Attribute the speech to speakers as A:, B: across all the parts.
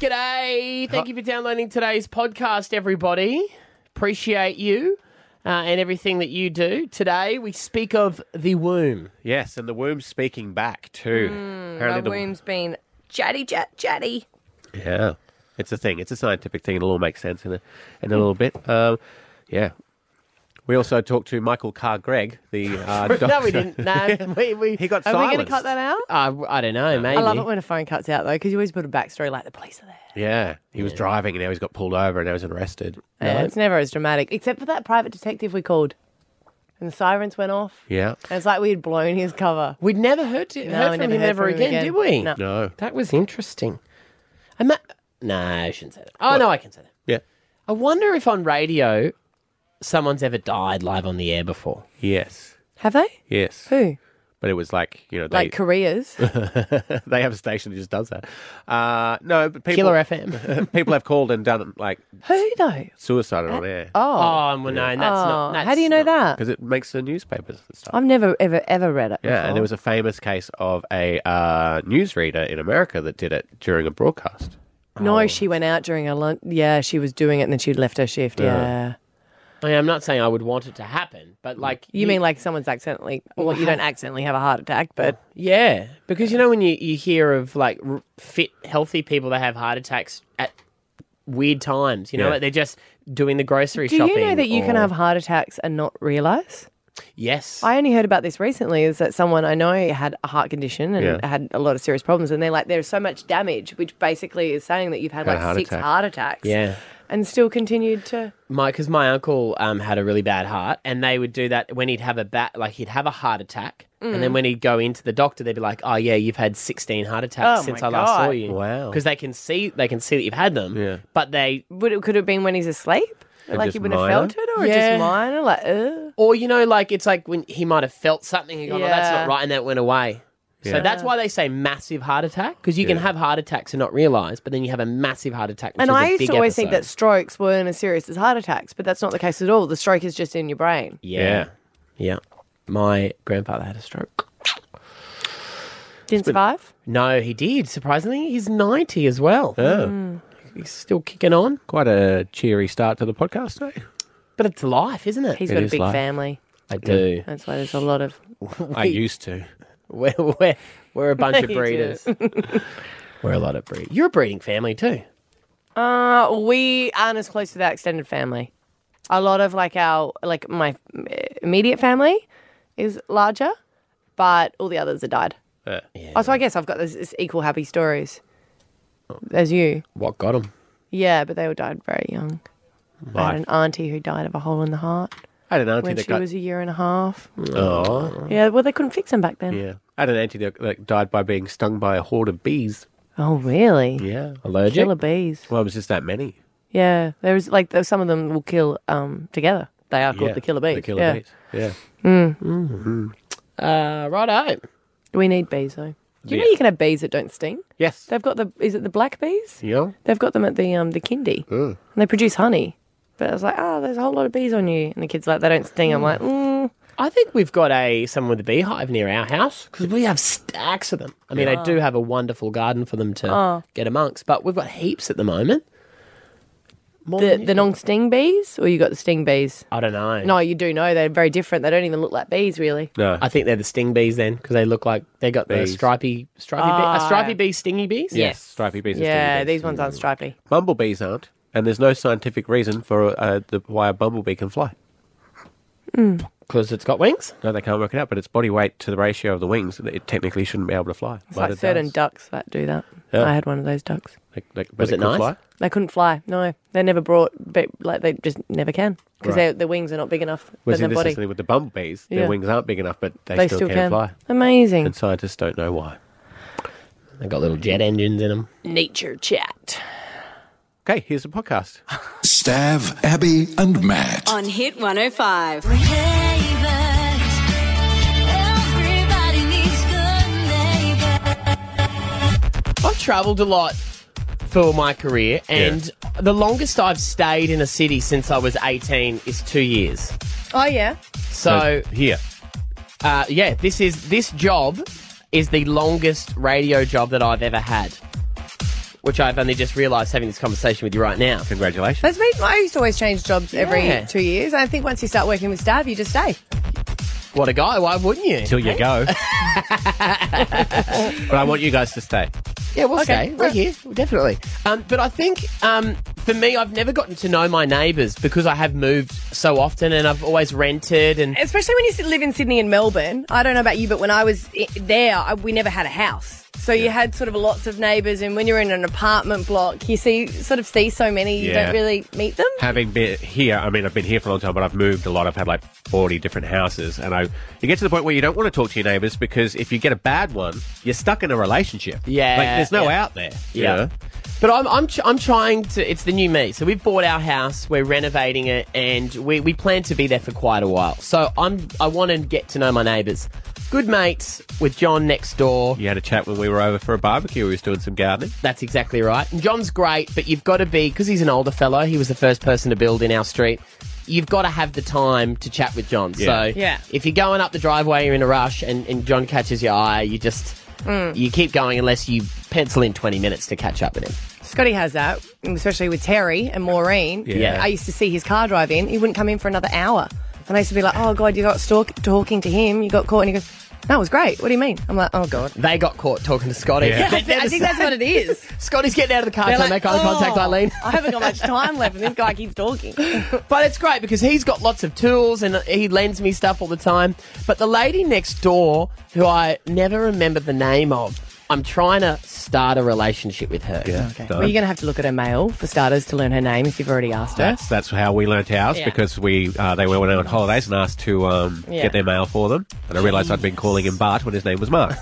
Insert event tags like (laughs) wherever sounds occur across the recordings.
A: G'day. Thank you for downloading today's podcast, everybody. Appreciate you uh, and everything that you do. Today, we speak of the
B: (laughs)
A: womb.
C: Yes, and the womb's speaking back too.
B: My
C: the-
B: womb's been chatty, chat, chatty.
C: Yeah, it's a thing. It's a scientific thing. It'll all make sense in a, in a little bit. Um, yeah. We also talked to Michael Carr Gregg, (laughs) the uh, doctor.
A: No, we didn't. No, (laughs) we, we,
C: He got
B: Are we going
C: silenced.
B: to cut that out?
A: Uh, I don't know, maybe.
B: I love it when a phone cuts out though, because you always put a backstory like the police are there.
C: Yeah, he was driving and now he's got pulled over and now he's arrested.
B: Yeah, it's never as dramatic, except for that private detective we called, and the sirens went off.
C: Yeah.
B: And it's like we had blown his cover.
A: We'd never heard, to,
B: No,
A: heard
B: we
A: from
B: never
A: him
B: heard
A: ever
B: from him
A: again,
B: again.
A: did we?
B: No.
C: No.
A: That was interesting. And that, no, I shouldn't say that. Oh, no, I can say that.
C: Yeah.
A: I wonder if on radio someone's ever died live on the air before.
C: Yes.
B: Have they?
C: Yes.
B: Who?
C: But it was like, you know, they, (laughs)
B: Like careers?
C: they have a station that just does that. Uh, no, but people,
A: Killer
B: (laughs)
A: FM.
C: (laughs) people have called and done like
B: Who though?
C: suicide on air
B: Oh,
A: Oh, well, no, and that's not.
B: Oh,
A: That's
B: how do you know
A: not-
B: that?
C: because it makes the newspapers and stuff.
B: I've never ever ever read it.
C: Yeah, and there was a famous case of a uh, newsreader in America that did it during a broadcast.
B: no.
C: Oh.
B: She went out during her lunch. Yeah, she was doing it, and then she'd left her shift. Yeah.
A: I mean, I'm not saying I would want it to happen, but like
B: Mm. You mean like someone's accidentally? Well, you don't accidentally have a heart attack, but
A: yeah, because you know when you you hear of like r- fit, healthy people that have heart attacks at weird times, you know,
C: Yeah.
A: like they're just doing the grocery
B: do
A: shopping.
B: you know that you can
A: or-
B: have heart attacks and not realize?
A: Yes,
B: I only heard about this recently is that someone I know had a heart condition and
C: Yeah.
B: had a lot of serious problems. And they're like, there's so much damage, which basically is saying that you've had
C: Had a
B: like
C: heart
B: six
C: attack.
B: heart attacks.
A: yeah.
B: And still continued to.
A: my because my uncle um, had a really bad heart, and they would do that when he'd have a bat, like he'd have a heart attack, and
B: Mm.
A: then when he'd go into the doctor, they'd be like, "Oh yeah, you've had sixteen heart attacks
B: Oh,
A: since
B: my
A: I last saw
B: God.
A: you."
C: Wow.
A: Because they can see they can see that you've had them,
C: Yeah.
A: But they
B: Would it, could it have been when he's asleep? like
C: just
B: he would have
C: minor?
B: felt it or
A: Yeah.
B: just minor? Like, uh. ugh.
A: or you know, like it's like when he might have felt something and gone, "Oh, that's
B: Yeah.
A: not right," and that went away. So
C: Yeah.
A: that's why they say massive heart attack because you can have heart attacks and not realize, but then you have a massive heart attack. Which
B: And
A: is
B: I
A: a
B: used
A: big
B: to always think
A: episode.
B: that strokes weren't as serious as heart attacks, but that's not the case at all. The stroke is just in your brain.
A: yeah, yeah. My grandfather had a stroke.
B: Didn't survive?
A: No, he did. Surprisingly, he's ninety as well.
C: Oh,
A: Hmm. He's still kicking on.
C: quite a cheery start to the podcast eh?
A: (laughs)
C: today.
A: But it's life, isn't it?
B: He's
C: It
B: got a
C: is
B: big
C: life.
B: family.
A: I do.
B: That's why there's a lot of.
C: I used to.
A: (laughs) We're, we're, we're a
B: (laughs)
A: bunch of
B: You do.
A: breeders.
B: (laughs)
A: we're a lot of breed. You're a breeding family too.
B: Uh, we aren't as close with our extended family. A lot of like our like my uh, immediate family is larger, but all the others have died.
C: Uh,
B: Oh, so I guess I've got this, this equal happy stories as you.
A: What got him?
B: Yeah, but they all died very young. I had an auntie who died of a hole in the heart
C: I had an auntie
B: when
C: that
B: she
C: got.
B: was a year and a half.
C: oh,
B: Yeah, well they couldn't fix them back then.
C: yeah. I had an auntie that, that died by being stung by a horde of bees.
B: Oh really?
C: Yeah.
A: Allergic?
B: Killer bees.
C: Well, it was just that many.
B: Yeah, there was like there, some of them will kill um together. They are called
C: Yeah,
B: the killer bees.
C: The killer
B: yeah.
C: bees. Yeah.
A: Uh, righto.
B: We need bees though. Do you know
C: Yeah.
B: you can have bees that don't sting?
C: Yes.
B: They've got the is it the black bees?
C: Yeah.
B: They've got them at the um the kindy, and they produce honey. But I was like, oh, there's a whole lot of bees on you, and the kids like they don't sting. I'm like, mm.
A: I think we've got a someone with a beehive near our house because we have stacks of them. I mean, I do have a wonderful garden for them to
B: Oh.
A: get amongst, but we've got heaps at the moment. More
C: Oh,
B: the
A: than-
B: the non sting bees, or you got the sting bees?
A: I don't know.
B: No, oh, you do know they're very different. They don't even look like bees really.
C: No.
A: I think they're the sting bees then because they look like they got the
C: Bees.
A: stripy, stripy, bee, are
B: Ah.
A: stripy bees, stingy bees.
C: yes. Stripy bees. and
B: Yeah,
C: stinging bees.
B: these ones aren't stripy.
C: Bumblebees aren't, and there's no scientific reason for uh, the, why a bumblebee can fly.
A: because it's got wings.
C: No, they can't work it out, but its body weight to the ratio of the wings, it technically shouldn't be able to fly.
B: It's like certain ducks that do that.
C: Yeah.
B: I had one of those ducks.
A: Was it nice?
B: They couldn't fly. No, they never brought. But like they just never can because
C: Right.
B: their their wings are not big enough.
C: Was
B: than
C: in
B: their
C: this
B: body.
C: instance with the bumblebees,
B: Yeah.
C: their wings aren't big enough, but they,
B: They Mm.
C: still, can, fly.
B: Amazing.
C: And scientists don't know why.
A: They got little jet engines in them.
B: Nature chat.
C: Okay, here's the podcast.
D: Stav, Abby, and Matt.
E: on Hit 105.
F: Neighbors, everybody needs good neighbors.
A: I've travelled a lot for my career, and the longest I've stayed in a city since I was 18 is two years.
B: Oh yeah.
A: So,
C: here,
A: uh, yeah, this is this job is the longest radio job that I've ever had. which I've only just realised having this conversation with you right now.
C: Congratulations.
B: That's me. I used to always change jobs
A: Yeah.
B: every two years. I think once you start working with staff, you just stay.
A: What a guy! Why wouldn't you?
C: Till you go. but I want you guys to stay.
A: Yeah, we'll
B: Okay.
A: stay. We're here, definitely. Um, but I think um, for me, I've never gotten to know my neighbours because I have moved so often and I've always rented and
B: Especially when you sit- live in Sydney and Melbourne. I don't know about you, but when I was i- there, I, we never had a house. So you had sort of lots of neighbours, and when you're in an apartment block, you see sort of see so many, you
C: Yeah.
B: don't really meet them.
C: (laughs) Having been here, I mean, I've been here for a long time, but I've moved a lot. I've had like 40 different houses. And I, you get to the point where you don't want to talk to your neighbors because if you get a bad one, you're stuck in a relationship.
A: Yeah,
C: Like, there's no
A: yeah.
C: out there. you
A: Yeah.
C: know?
A: But I'm, I'm, tr- I'm trying to, it's the new me. So we've bought our house, we're renovating it, and we, we plan to be there for quite a while. So I'm, I want to get to know my neighbours. Good mates with John next door.
C: You had a chat when we were over for a barbecue. We was doing some gardening.
A: That's exactly right. And John's great, but you've got to be, because he's an older fellow, he was the first person to build in our street. You've got to have the time to chat with John.
C: Yeah.
A: So
B: Yeah.
A: if you're going up the driveway, you're in a rush, and, and John catches your eye, you just, you keep going unless you pencil in 20 minutes to catch up with him.
B: Scotty has that, especially with Terry and Maureen.
C: Yeah.
B: I used to see his car drive in. He wouldn't come in for another hour. And I used to be like, oh, God, you got stalk- talking to him. You got caught. And he goes, that was great. What do you mean? I'm like, oh, God.
A: They got caught talking to Scotty. (laughs)
C: Yeah.
A: They're
B: I think
A: the
B: I think that's what
C: (laughs)
B: it is.
A: Scotty's getting out of the car
B: They're
A: to
B: like,
A: make eye
B: "Oh,
A: contact, Eileen.
B: I haven't got much time left, and this guy keeps talking.
A: (laughs) But it's great because he's got lots of tools and he lends me stuff all the time. But the lady next door, who I never remember the name of, I'm trying to start a relationship with her.
C: Okay.
B: Well, you're going to have to look at her mail for starters to learn her name if you've already asked her.
C: That's that's how we learnt ours
B: Yeah.
C: because we uh, they were went on holidays and asked to um,
B: Yeah.
C: get their mail for them, and I realised I'd been calling him Bart when his name was
B: (laughs)
C: Mark.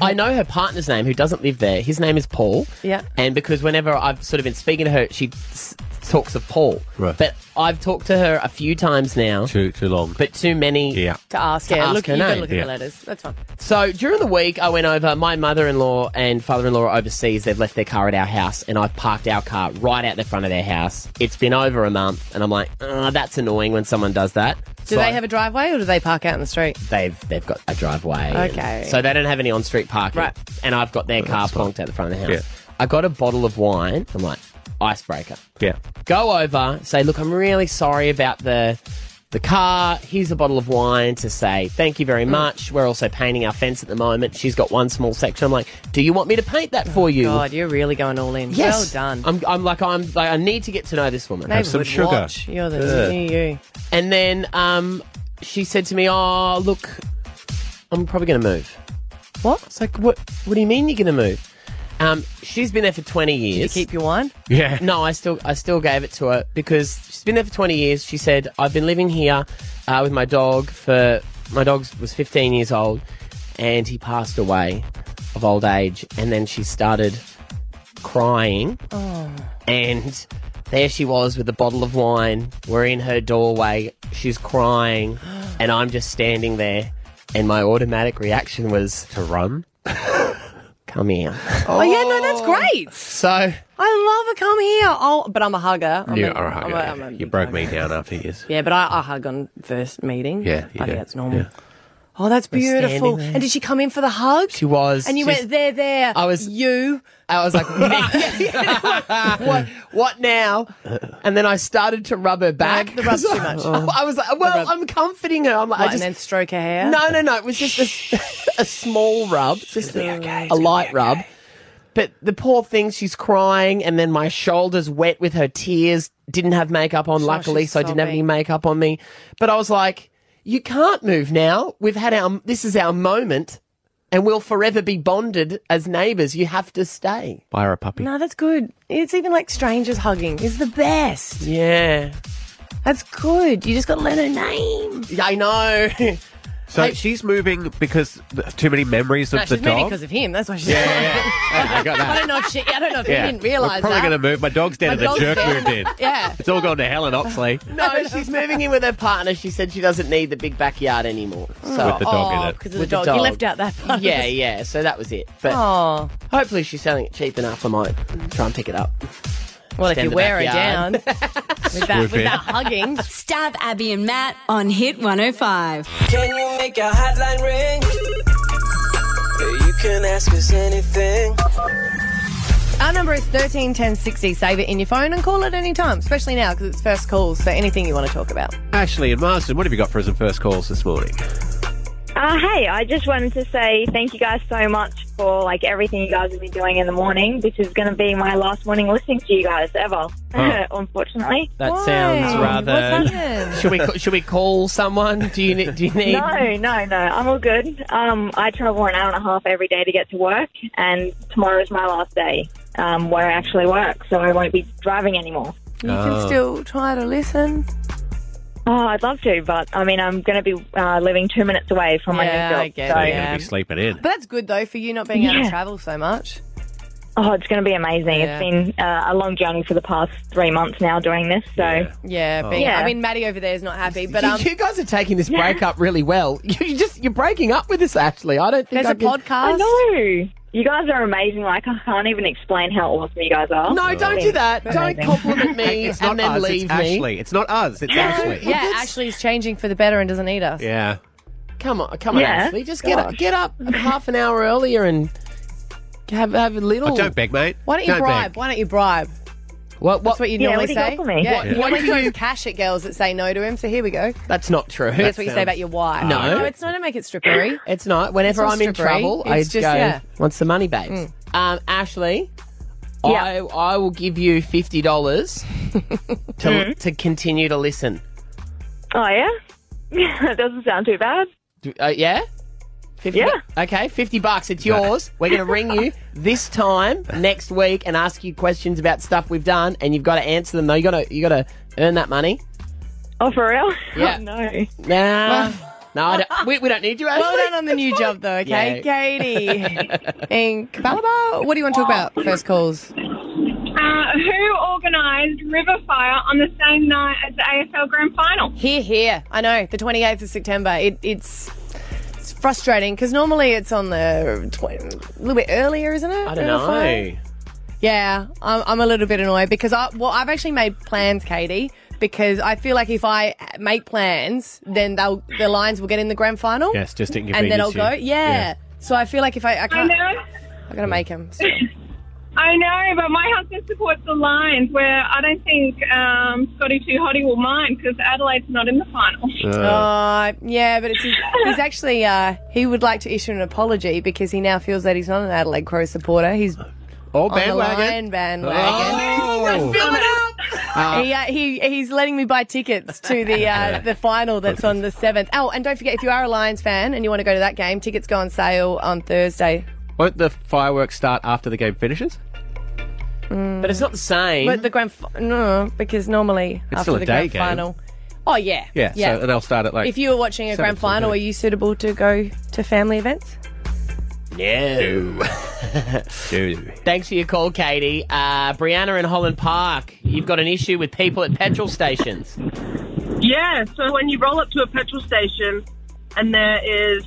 A: I know her partner's name, who doesn't live there. His name is Paul.
B: Yeah.
A: And because whenever I've sort of been speaking to her, she s- talks of Paul.
C: Right.
A: But I've talked to her a few times now,
C: too too long.
A: but too many.
C: yeah,
B: To ask,
A: To
B: yeah,
A: ask
B: look,
A: her
B: you've got
A: name,
B: to look at
C: yeah.
B: the letters. That's fine.
A: So during the week, I went over. My mother-in-law and father-in-law are overseas. They've left their car at our house, and I've parked our car right out the front of their house. It's been over a month, and I'm like, "Ugh, that's annoying when someone does that.
B: Do they have a driveway, or do they park out in the street?
A: They've they've got a driveway. and-
B: Okay.
A: so they don't have any on-street parking.
B: Right.
A: And I've got their car plonked out the front of the house.
C: Yeah.
A: I got a bottle of wine. I'm like, icebreaker
C: yeah.
A: go over, say, look, I'm really sorry about the the car. Here's a bottle of wine to say thank you very
B: Mm.
A: much. We're also painting our fence at the moment. She's got one small section. I'm like, do you want me to paint that for you?
B: Oh, God, you're really going all in.
A: Yes.
B: Well done.
A: I'm, I'm like, I'm like, I need to get to know this woman.
B: Neighbourhood
C: some sugar.
B: watch. You're the
C: Ugh.
B: you, you.
A: And then um, she said to me, oh, look, I'm probably going to move.
B: What?
A: It's like, what? What do you mean you're going to move? Um, she's been there for 20 years.
B: You keep your wine?
C: Yeah.
A: No, I still I still gave it to her because she's been there for 20 years. She said I've been living here uh, with my dog for my dog was 15 years old and he passed away of old age and then she started crying
B: Oh.
A: and there she was with a bottle of wine. We're in her doorway. She's
B: (gasps)
A: crying and I'm just standing there and my automatic reaction was
C: To run.
A: come here.
B: Oh, yeah, no, that's great.
A: So
B: I love a come here. Oh, but I'm a hugger. I'm
C: You
B: a-
C: are a hugger.
B: I'm a- I'm a
C: you
B: big
C: broke me
B: hugger.
C: down after years.
B: Yeah, but I, I hug on first meeting.
C: Yeah, you do.
B: I think that's normal.
C: Yeah.
B: Oh, that's
A: standing
B: beautiful.
A: there.
B: And did she come in for the hug?
A: she was
B: And you
A: she's-
B: went there, there.
A: I was-
B: you.
A: I was like,
B: (laughs)
A: what, what now? And then I started to rub her back.
B: the rub's too
A: (laughs)
B: much.
A: I was like, well, I'm comforting her. I'm like,
B: What,
A: I
B: and then
A: just,
B: stroke her hair.
A: no, no, no. It was just a, s- (laughs) a small rub, just a, a light rub. But the poor thing, she's crying, and then my shoulders wet with her tears. Didn't have makeup on, luckily,
B: she's
A: so I didn't have any
B: sobbing.
A: makeup on me. But I was like, you can't move now. We've had our, this is our moment, and we'll forever be bonded as neighbours. You have to stay.
C: Buy her a puppy.
B: No, that's good. It's even like strangers hugging is the best.
A: Yeah.
B: That's good. You just got to learn her name.
A: Yeah, I (laughs) know.
C: So she's moving because th- too many memories of
B: No,
C: the
B: she's moving
C: dog.
B: because of him. That's why she's.
C: yeah, yeah, yeah. I got that.
B: (laughs) I don't know if she. I don't know if
C: yeah.
B: he didn't realize
C: We're probably
B: that.
C: going to move. My dog's dead.
B: My
C: and the
B: dog's
C: jerk
B: dead.
C: moved in.
B: (laughs)
C: (laughs)
B: Yeah.
C: It's all gone to hell in Oxley
A: no, she's moving in with her partner. She said she doesn't need the big backyard anymore. So
C: with the dog in
B: Oh,
C: it.
B: because of the
A: With the
B: dog.
A: dog.
B: He left out that part.
A: yeah, yeah. So that was it. But
B: (laughs) Oh.
A: hopefully she's selling it cheap enough. I might try and pick it up.
B: Well, if
A: Stand
B: you
A: the
B: wear her down
C: (laughs)
A: backyard.
B: with that, with
C: Swoop in.
B: that hugging,
F: Stab Abby and Matt on Hit 105.
E: Can you make a hotline ring? Yeah, you can ask us anything.
B: Our number is 13 10 60. Save it in your phone and call at any time, especially now because it's first calls for anything you want to talk about.
C: Ashley and Marston, what have you got for us in first calls this morning?
G: Uh, hey, I just wanted to say thank you guys so much for like everything you guys have been doing in the morning. This is going to be my last morning listening to you guys ever,
C: Oh.
G: (laughs) unfortunately.
A: That sounds
B: Why? What's
A: rather.
B: happened?
A: Should we ca- should we call someone? Do you ne- do you (laughs) need?
G: No, no, no. I'm all good. Um, I travel an hour and a half every day to get to work, and tomorrow is my last day um, where I actually work, so I won't be driving anymore.
B: You
C: Oh,
B: can still try to listen.
G: Oh, I'd love to, but I mean, I'm going to be uh, living two minutes away from my new
B: Yeah,
G: job.
B: I get
G: so,
C: They're
B: it.
C: going to be sleeping in.
B: But that's good though for you not being able to
G: Yeah.
B: travel so much.
G: Oh, it's going to be amazing.
B: Yeah.
G: It's been uh, a long journey for the past three months now doing this, so.
C: Yeah.
B: Yeah, being,
G: Yeah.
B: I mean, Maddie over there is not happy, but
A: Oh. You-
B: um,
A: you guys are taking this breakup really well. (laughs) You just you're breaking up with us, Ashley. I don't think
B: there's
A: I
B: a
A: can-
G: I
B: podcast.
G: know. You guys are amazing. Like, I can't even explain how awesome you guys are.
A: No, don't do that. Don't
G: Amazing.
A: compliment me
C: (laughs) It's not
A: and then
C: us,
A: leave
C: it's
A: me.
C: Ashley. It's not us, it's Ashley.
B: Yeah, Ashley's changing for the better and doesn't need us.
C: Yeah.
A: Come on, come on,
G: Yeah.
A: Ashley. Just get up, get up half an hour earlier and have have a little.
C: Oh, don't beg, mate.
B: Why don't you
C: Don't
B: bribe?
C: beg.
B: Why don't you bribe?
A: What? What?
B: That's what you
G: Yeah,
B: normally
G: what do you
B: say.
G: got for me?
B: Yeah,
G: What-
B: you
A: what
B: normally
A: do
B: throw
A: you-
B: cash at girls that say no to him. So here we go.
A: That's not true.
B: That's what you say about your wife.
A: No.
B: it's not to make it strippery.
A: (laughs) It's not. Whenever
B: It's not
A: I'm in
B: strippery.
A: trouble,
B: It's
A: I
B: just-
A: go,
B: yeah. Mm.
A: "What's the money, babes?" Um, Ashley,
G: Yeah.
A: I I will give you fifty
B: (laughs)
A: dollars to
B: Mm-hmm.
A: to continue to listen.
G: Oh, yeah? (laughs) that doesn't sound too bad.
A: Do- Uh, yeah. 50
G: Yeah.
A: Okay, 50 bucks. It's yours. We're going to ring
B: (laughs)
A: you this time next week and ask you questions about stuff we've done and you've got to answer them though. You got to you got to earn that money.
G: Oh, for real?
A: Yeah.
G: Oh, no.
A: Nah. no, I don't, we, we don't need you, Ashley.
B: Well done on the new job, though. Okay,
A: (laughs)
B: Katie in Cabalaba. What do you want to talk about? First calls.
H: Uh, who organised River Fire on the same night as the AFL Grand Final?
B: Here, here. I know the 28th of September. It, it's it's frustrating because normally it's on the tw- a little bit earlier, isn't it?
A: I don't
B: River Fire?
A: know.
B: Yeah, I'm, I'm a little bit annoyed because I well, I've actually made plans, Katie, because I feel like if I make plans, then they'll the Lions will get in the grand final,
C: Yes, just inconvenience.
B: and then I'll
C: you.
B: go. Yeah. So I feel like if I I
H: I
B: can't, I
H: know,
B: gotta make them.
H: I know, but my husband supports the Lions, where I don't think um, Scotty Too Hottie will mind because Adelaide's not in the final.
C: Uh,
B: Uh, yeah, but it's he's, he's actually uh, he would like to issue an apology because he now feels that he's not an Adelaide Crow supporter. He's
C: all
B: on the
C: bandwagon.
B: Lion bandwagon.
I: Oh.
B: (laughs) He, uh, he he's letting me buy tickets to the uh, the final that's on the seventh. Oh, and don't forget if you are a Lions fan and you want to go to that game, tickets go on sale on Thursday.
C: Won't the fireworks start after the game finishes?
A: But it's not the same.
B: But the grand fi- no, because normally after
C: Mm. still a
B: the
C: day
B: grand
C: game.
B: final. Oh yeah,
C: Yeah. So they'll start at like.
B: if you were watching a
C: Seventh
B: grand
C: or
B: final, are
C: eighth.
B: you suitable to go to family events?
C: (laughs)
A: no.
C: do.
A: Thanks for your call, Katie. Uh, Brianna in Holland Park, you've got an issue with people at petrol stations.
I: Yeah, so when you roll up to a petrol station and there is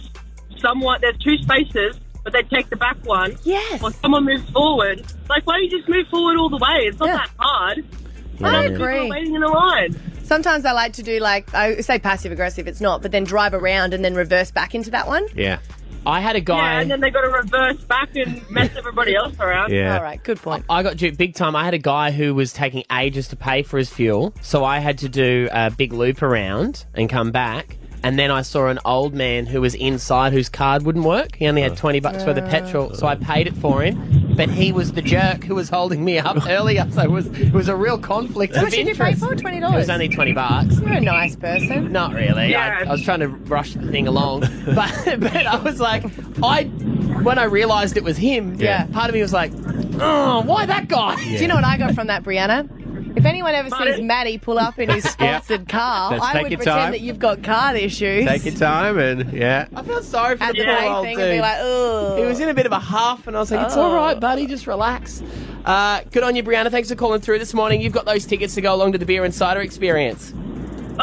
I: someone, there's two spaces, but they take the back one.
B: Yes.
I: Or someone moves forward. Like, why don't you just move forward all the way? It's not
B: Yeah.
I: that hard.
B: I
I: People are
B: agree.
I: waiting in a line.
B: Sometimes I like to do like I say passive aggressive. It's not, but then drive around and then reverse back into that one.
C: Yeah.
A: I had a
I: Yeah,
A: guy.
I: and then they got to reverse back and mess everybody else around.
C: Yeah.
B: All right, good point.
A: I got duped big time. I had a guy who was taking ages to pay for his fuel, so I had to do a big loop around and come back. And then I saw an old man who was inside whose card wouldn't work. He only had 20 bucks worth of petrol, so I paid it for him. But he was the jerk who was holding me up (laughs) earlier, so it was, it was a real conflict
B: How
A: of
B: much did you pay
A: interest.
B: for? Twenty
A: It was
B: dollars.
A: only 20 bucks.
B: You're a nice person.
A: Not really. I,
I: Yeah.
A: I was trying to rush the thing (laughs) along, but but I was like, I when I realised it was him.
B: Yeah.
A: Part of me was like, oh, why that guy?
B: Do you know what I got from that, Brianna? If anyone ever sees
I: Pardon?
B: Maddie pull up in
C: (laughs)
B: his sponsored car,
C: Let's
B: I
C: take
B: would
C: your
B: pretend
C: time.
B: that you've got car issues.
C: Take your time and yeah.
A: (laughs) I felt sorry for
B: At
A: the
B: the
A: poor
B: day
A: old
B: thing
A: dude.
B: and be like, Oh. ugh.
A: he was in a bit of a huff, and I was like, "It's all right, buddy. Just relax." Uh, good on you, Brianna. Thanks for calling through this morning. You've got those tickets to go along to the beer and cider experience.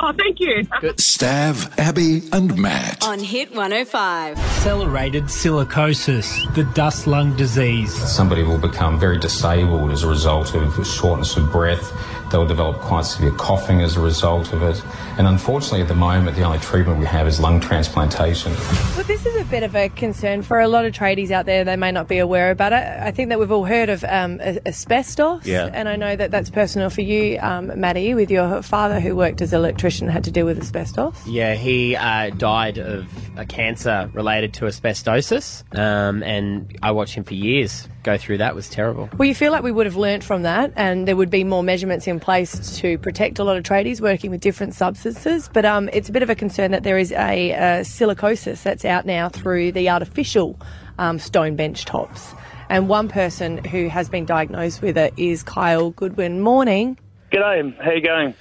I: Oh, thank you.
D: Stav, Abby, and Matt.
J: On Hit 105.
K: accelerated silicosis, the dust lung disease. Somebody will become very disabled as a result of shortness of breath. They'll develop quite severe coughing as a result of it.
L: And unfortunately, at the moment, the only treatment we have is lung transplantation.
B: Well, this is a bit of a concern for a lot of tradies out there. They may not be aware about it. I think that we've all heard of um, as- asbestos,
L: Yeah.
B: and I know that that's personal for you, um, Maddie, with your father who worked as an electrician had to deal with asbestos.
A: Yeah, he uh, died of a cancer related to asbestosis, um, and I watched him for years go through that. It was terrible.
B: Well, you feel like we would have learnt from that, and there would be more measurements in place to protect a lot of tradies working with different substances. But um, it's a bit of a concern that there is a uh, silicosis that's out now through the artificial um, stone bench tops. And one person who has been diagnosed with it is Kyle Goodwin. Morning.
G: G'day, how you going?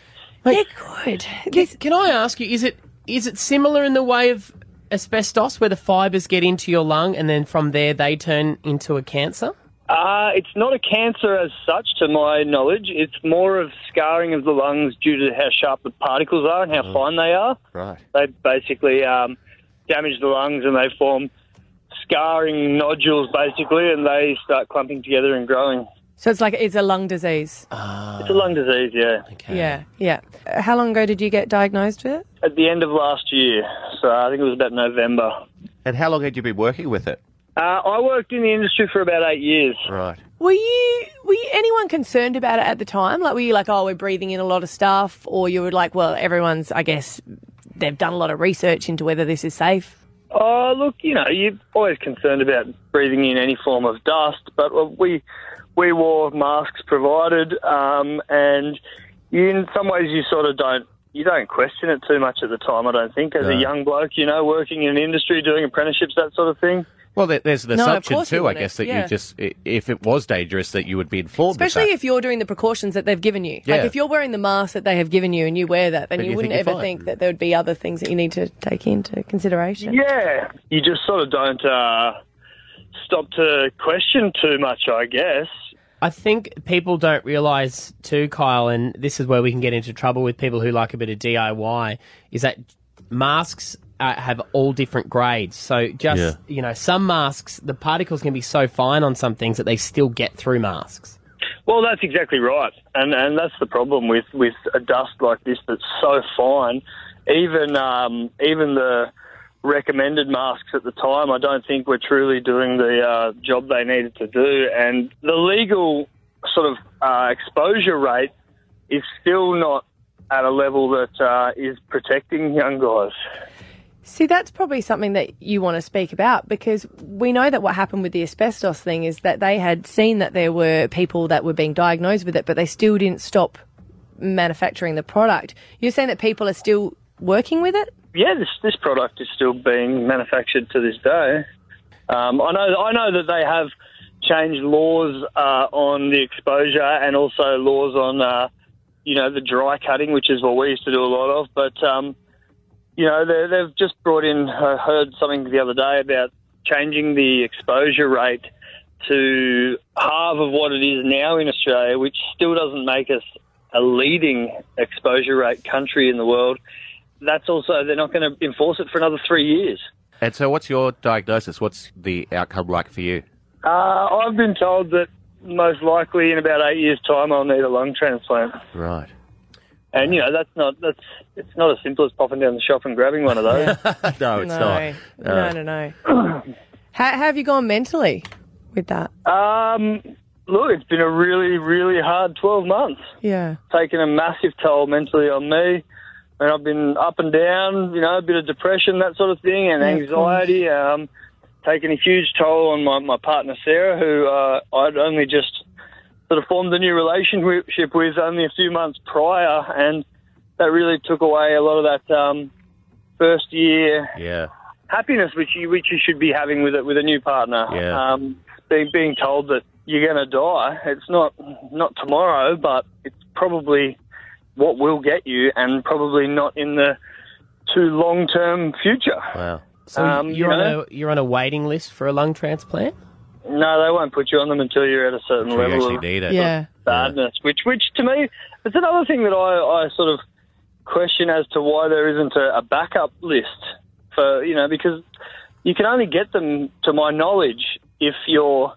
B: They're good.
A: Can, can I ask you, is it is it similar in the way of asbestos, where the fibres get into your lung, and then from there they turn into a cancer?
G: Uh, it's not a cancer as such, to my knowledge. It's more of scarring of the lungs due to how sharp the particles are and how fine they are.
C: Right.
G: They basically um, damage the lungs and they form scarring nodules, basically, and they start clumping together and growing.
B: So it's like it's a lung disease.
G: It's a lung disease, yeah.
B: Yeah, yeah. Uh, How long ago did you get diagnosed with it?
G: At the end of last year, so I think it was about November.
C: And how long had you been working with it?
G: Uh, I worked in the industry for about eight years.
C: Right.
B: Were you were you anyone concerned about it at the time? Like, were you like, oh, we're breathing in a lot of stuff, or you were like, well, everyone's, I guess, they've done a lot of research into whether this is safe.
G: Oh, look, you know, you're always concerned about breathing in any form of dust, but well, we we wore masks provided, um, and you, in some ways you sort of don't you don't question it too much at the time. I don't think as a
C: No.
G: young bloke, you know, working in an industry, doing apprenticeships, that sort of thing.
C: Well, there- there's an
B: No, of
C: assumption
B: course you
C: too, I
B: wouldn't,
C: guess, that
B: yeah.
C: you just i- if it was dangerous, that you would be informed. of
B: Especially
C: that.
B: if you're doing the precautions that they've given you.
C: Yeah.
B: Like, if you're wearing the mask that they have given you and you wear that, then
G: Then
B: you,
G: you think
B: wouldn't
G: you're
B: ever
G: fine.
B: think that there would be other things that you need to take into consideration.
G: Yeah, you just sort of don't uh, stop to question too much, I guess.
A: I think people don't realise too, Kyle, and this is where we can get into trouble with people who like a bit of DIY, is that masks uh, have all different grades. So just,
C: Yeah.
A: you know, some masks, the particles can be so fine on some things that they still get through masks.
G: Well, that's exactly right, and and that's the problem with with a dust like this that's so fine. Even um, even the recommended masks at the time, I don't think were truly doing the uh, job they needed to do, and the legal sort of uh, exposure rate is still not at a level that uh, is protecting young guys.
B: See, that's probably something that you want to speak about because we know that what happened with the asbestos thing is that they had seen that there were people that were being diagnosed with it, but they still didn't stop manufacturing the product. You're saying that people are still working with it?
G: yeah, this this product is still being manufactured to this day. Um, I know I know that they have changed laws uh, on the exposure and also laws on uh, you know the dry cutting, which is what we used to do a lot of. But um, you know they- they've just brought in. I heard something the other day about changing the exposure rate to half of what it is now in Australia, which still doesn't make us a leading exposure rate country in the world that's also they're not going to enforce it for another three years.
C: And so, what's your diagnosis? What's the outcome like for you?
G: Uh, I've been told that most likely in about eight years' time I'll need a lung transplant,
C: Right.
G: and you know that's not that's it's not as simple as popping down the shop and grabbing one of those.
C: no,
B: it's No. not. Uh, No, no, no. how, (clears throat) how have you gone mentally with that?
G: Um, look, it's been a really really hard twelve months.
B: Yeah.
G: taken a massive toll mentally on me. And I've been up and down, you know, a bit of depression, that sort of thing, and
M: Yeah, of
G: anxiety. Um, taken a huge toll on my, my partner Sarah, who uh, I'd only just sort of formed a new relationship with only a few months prior, and that really took away a lot of that um, first year
C: Yeah.
G: happiness which you which you should be having with it with a new partner.
C: Yeah.
G: Um, being being told that you're going to die, it's not not tomorrow, but it's probably what will get you, and probably not in the too long term future.
C: Wow.
A: So
G: Um,
A: you're,
G: you
A: on
G: know-
A: a, you're on a waiting list for a lung transplant?
G: No, they won't put you on them until you're at a certain
A: Until you
G: level of
A: actually need it. Yeah.
G: sadness. Which, which to me, it's another thing that I, I sort of question as to why there isn't a, a backup list for you know because you can only get them to my knowledge if you're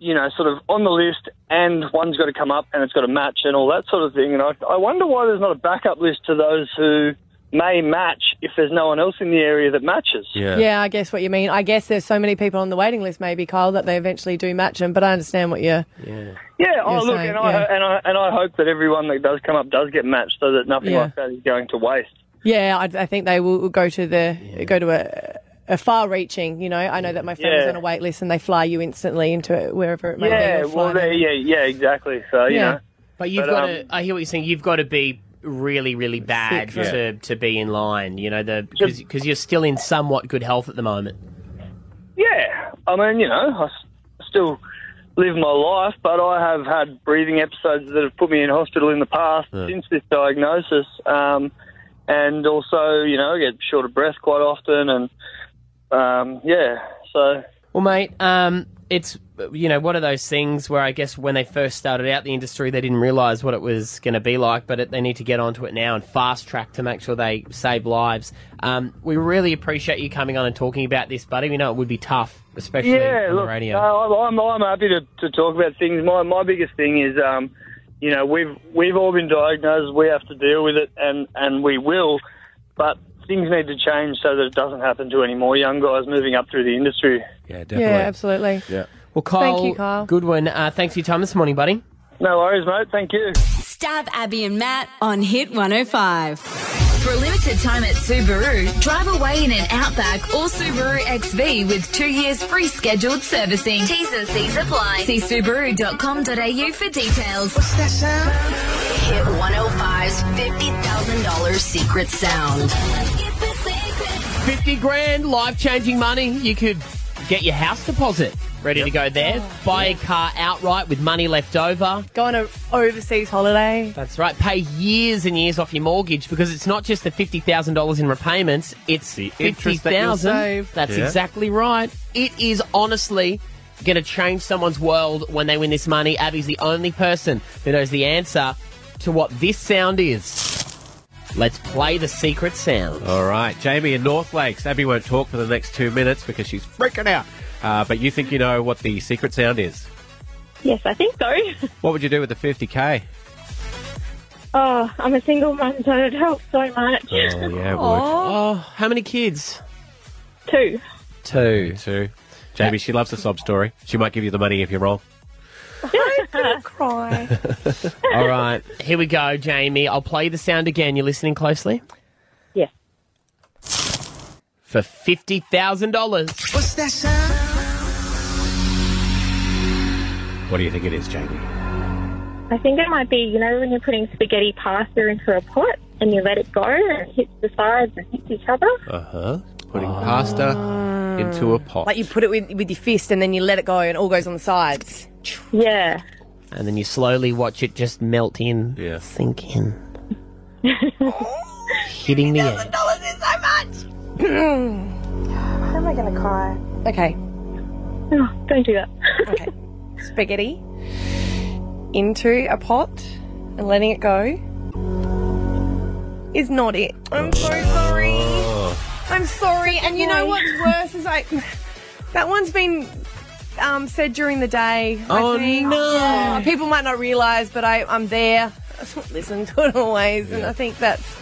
G: you know sort of on the list and one's got to come up and it's got to match and all that sort of thing. And I, I wonder why there's not a backup list to those who may match if there's no one else in the area that matches.
B: Yeah. I guess what you mean. I guess there's so many people on the waiting list, maybe Kyle, that they eventually do match them. But I understand what you're.
C: Yeah.
G: Yeah. Oh,
B: You're
G: look,
B: saying,
G: and, I,
B: yeah.
G: and I and I hope that everyone that does come up does get matched, so that nothing
B: Yeah.
G: like that is going to waste.
B: Yeah, I, I think they will, will go to the go to a, a far-reaching. You know, I know that my friend was
G: Yeah.
B: on a wait list, and they fly you instantly into it, wherever it may
G: yeah.
B: be. or
G: Well,
B: fly them.
G: there, yeah, yeah, exactly. So you know.
A: But you've
G: But,
A: got
G: um,
A: to. I hear what you're saying. You've got to be really, really bad
G: Sick, yeah.
A: to, to be in line. You know, the because you're still in somewhat good health at the moment.
G: Yeah, I mean, you know, I s- still live my life, but I have had breathing episodes that have put me in hospital in the past
C: Yeah.
G: since this diagnosis, um, and also, you know, I get short of breath quite often, and um, yeah, so
A: Well, mate, um, it's you know one of those things where I guess when they first started out the industry, they didn't realise what it was going to be like, but it, they need to get onto it now and fast track to make sure they save lives. Um, we really appreciate you coming on and talking about this, buddy. We know it would be tough, especially
G: yeah,
A: on
G: look, uh,
A: the radio.
G: no, I'm, I'm happy to, to talk about things. My my biggest thing is, um, you know, we've we've all been diagnosed. We have to deal with it, and and we will. But things need to change so that it doesn't happen to any more young guys moving up through the industry.
C: Yeah,
B: yeah, absolutely.
C: Yeah.
A: Well, Kyle,
B: Thank you, Kyle.
A: Goodwin, uh, thanks for your time this morning, buddy.
G: No worries, mate. Thank you.
F: Stab Abby and Matt on Hit 105. For a limited time at Subaru, drive away in an Outback or Subaru XV with two years free scheduled servicing. T's and C's apply. See subaru.com.au for details. What's that sound? Hit 105's $50,000 secret sound.
A: 50 grand, life changing money. You could get your house deposit ready to go there, buy a car outright with money left over.
B: Go on an overseas holiday.
A: That's right. Pay years and years off your mortgage because it's not just the fifty thousand dollars in repayments; it's the fifty
C: interest that you'll
A: thousand.
C: save.
A: That's
C: Yeah.
A: exactly right. It is honestly going to change someone's world when they win this money. Abby's the only person who knows the answer to what this sound is. Let's play the secret sound.
C: All right, Jamie in North Lakes. Abby won't talk for the next two minutes because she's freaking out. Uh, but you think you know what the secret sound is?
N: Yes, I think so. (laughs)
C: What would you do with the 50k?
N: Oh, I'm a single mum, so it helps so much.
C: Oh, yeah, it would.
A: Oh, how many kids?
N: Two.
C: Two. Two. Jamie, she loves a sob story. She might give you the money if you're wrong.
N: I'm gonna cry.
C: (laughs)
A: All right, here we go, Jamie. I'll play the sound again. You're listening closely.
N: Yeah.
A: For fifty thousand dollars.
E: What's that sound?
C: What do you think it is, Jamie?
N: I think it might be, you know, when you're putting spaghetti pasta into a pot and you let it go and it hits the sides and hits each other. Ah.
C: Uh huh. Putting pasta into a pot.
B: Like you put it with, with your fist and then you let it go and it all goes on the sides.
N: Yeah.
A: and then you slowly watch it just melt in, sink
B: (laughs)
A: in, hitting the edge.
B: dollars is so much. How am I gonna cry? Okay.
N: Oh, don't do that.
B: okay. Spaghetti into a pot and letting it go is not it. I'm so sorry.
A: Oh.
B: I'm sorry. And you know what's worse is like that one's been um, said during the day.
A: Oh,
B: I think.
A: no.
B: Yeah. People might not realise, but I, I'm there. I don't listen to it always, and I think that's.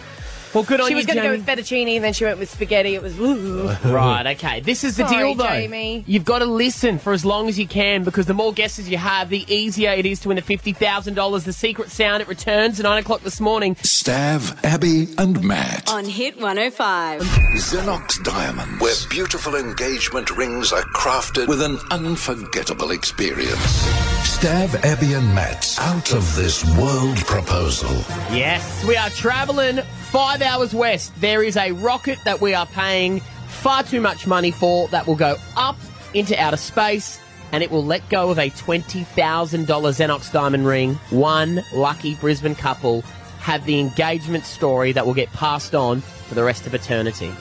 A: Well, good on
B: she
A: you,
B: was going to go
A: Jamie.
B: with fettuccine, and then she went with spaghetti. It was ooh.
A: Right, okay. This is the
B: Sorry,
A: deal, though.
B: Jamie.
A: You've got to listen for as long as you can because the more guesses you have, the easier it is to win the $50,000. The secret sound, it returns at 9 o'clock this morning.
D: Stav, Abby, and Matt.
F: On Hit 105.
D: Xenox Diamonds, where beautiful engagement rings are crafted with an unforgettable experience. Stav, Abby, and Matt's out of this world proposal.
A: Yes, we are traveling five hours west. There is a rocket that we are paying far too much money for that will go up into outer space and it will let go of a $20,000 Xenox diamond ring. One lucky Brisbane couple have the engagement story that will get passed on for the rest of eternity.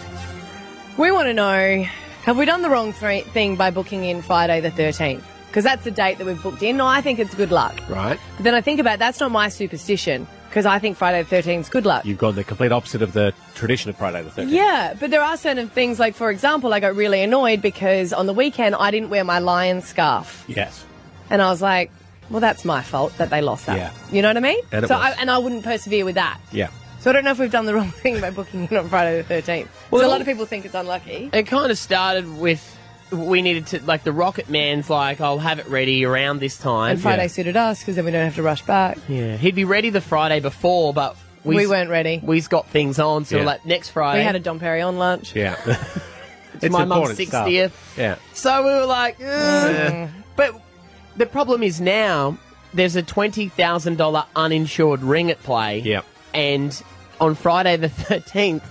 B: We want to know have we done the wrong th- thing by booking in Friday the 13th? Because that's the date that we've booked in. No, I think it's good luck.
C: Right.
B: But then I think about that's not my superstition because I think Friday the 13th is good luck.
C: You've gone the complete opposite of the tradition of Friday the 13th.
B: Yeah, but there are certain things like, for example, I got really annoyed because on the weekend I didn't wear my lion scarf.
C: Yes.
B: And I was like, well, that's my fault that they lost that.
C: Yeah.
B: You know what I mean?
C: And it
B: so
C: was.
B: I, and I wouldn't persevere with that.
C: Yeah.
B: So I don't know if we've done the (laughs) wrong thing by booking in on Friday the 13th. so a lot of people think it's unlucky.
A: It kind of started with we needed to like the Rocket Man's like I'll have it ready around this time.
B: And Friday suited us because then we don't have to rush back.
A: Yeah. Yeah. he'd be ready the Friday before, but we,
B: We weren't ready.
A: We've got things on, so
C: Yeah.
A: like next Friday.
B: We had a Dom Perignon lunch.
C: Yeah. (laughs)
A: It's my mum's
C: important stuff.
A: 60th.
C: Yeah.
A: So we were like, "Ugh."
C: Yeah.
A: but the problem is now there's a twenty thousand dollar uninsured ring at play.
C: Yep.
A: And on Friday the thirteenth,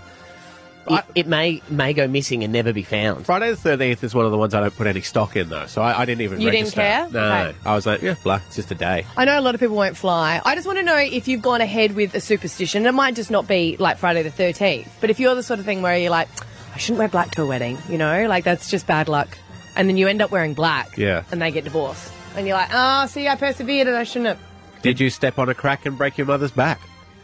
A: it, it may may go missing and never be found.
C: Friday the thirteenth is one of the ones I don't put any stock in though, so I, I didn't even.
B: You didn't
C: register.
B: care?
C: No,
B: Okay.
C: I was like, yeah, blah, it's just a day.
B: I know a lot of people won't fly. I just want to know if you've gone ahead with a superstition. It might just not be like Friday the 13th, but if you're the sort of thing where you're like, I shouldn't wear black to a wedding, you know, like that's just bad luck. And then you end up wearing black
C: Yeah.
B: and they get divorced. And you're like, oh, see, I persevered and I shouldn't have.
C: Did you step on a crack and break your mother's back?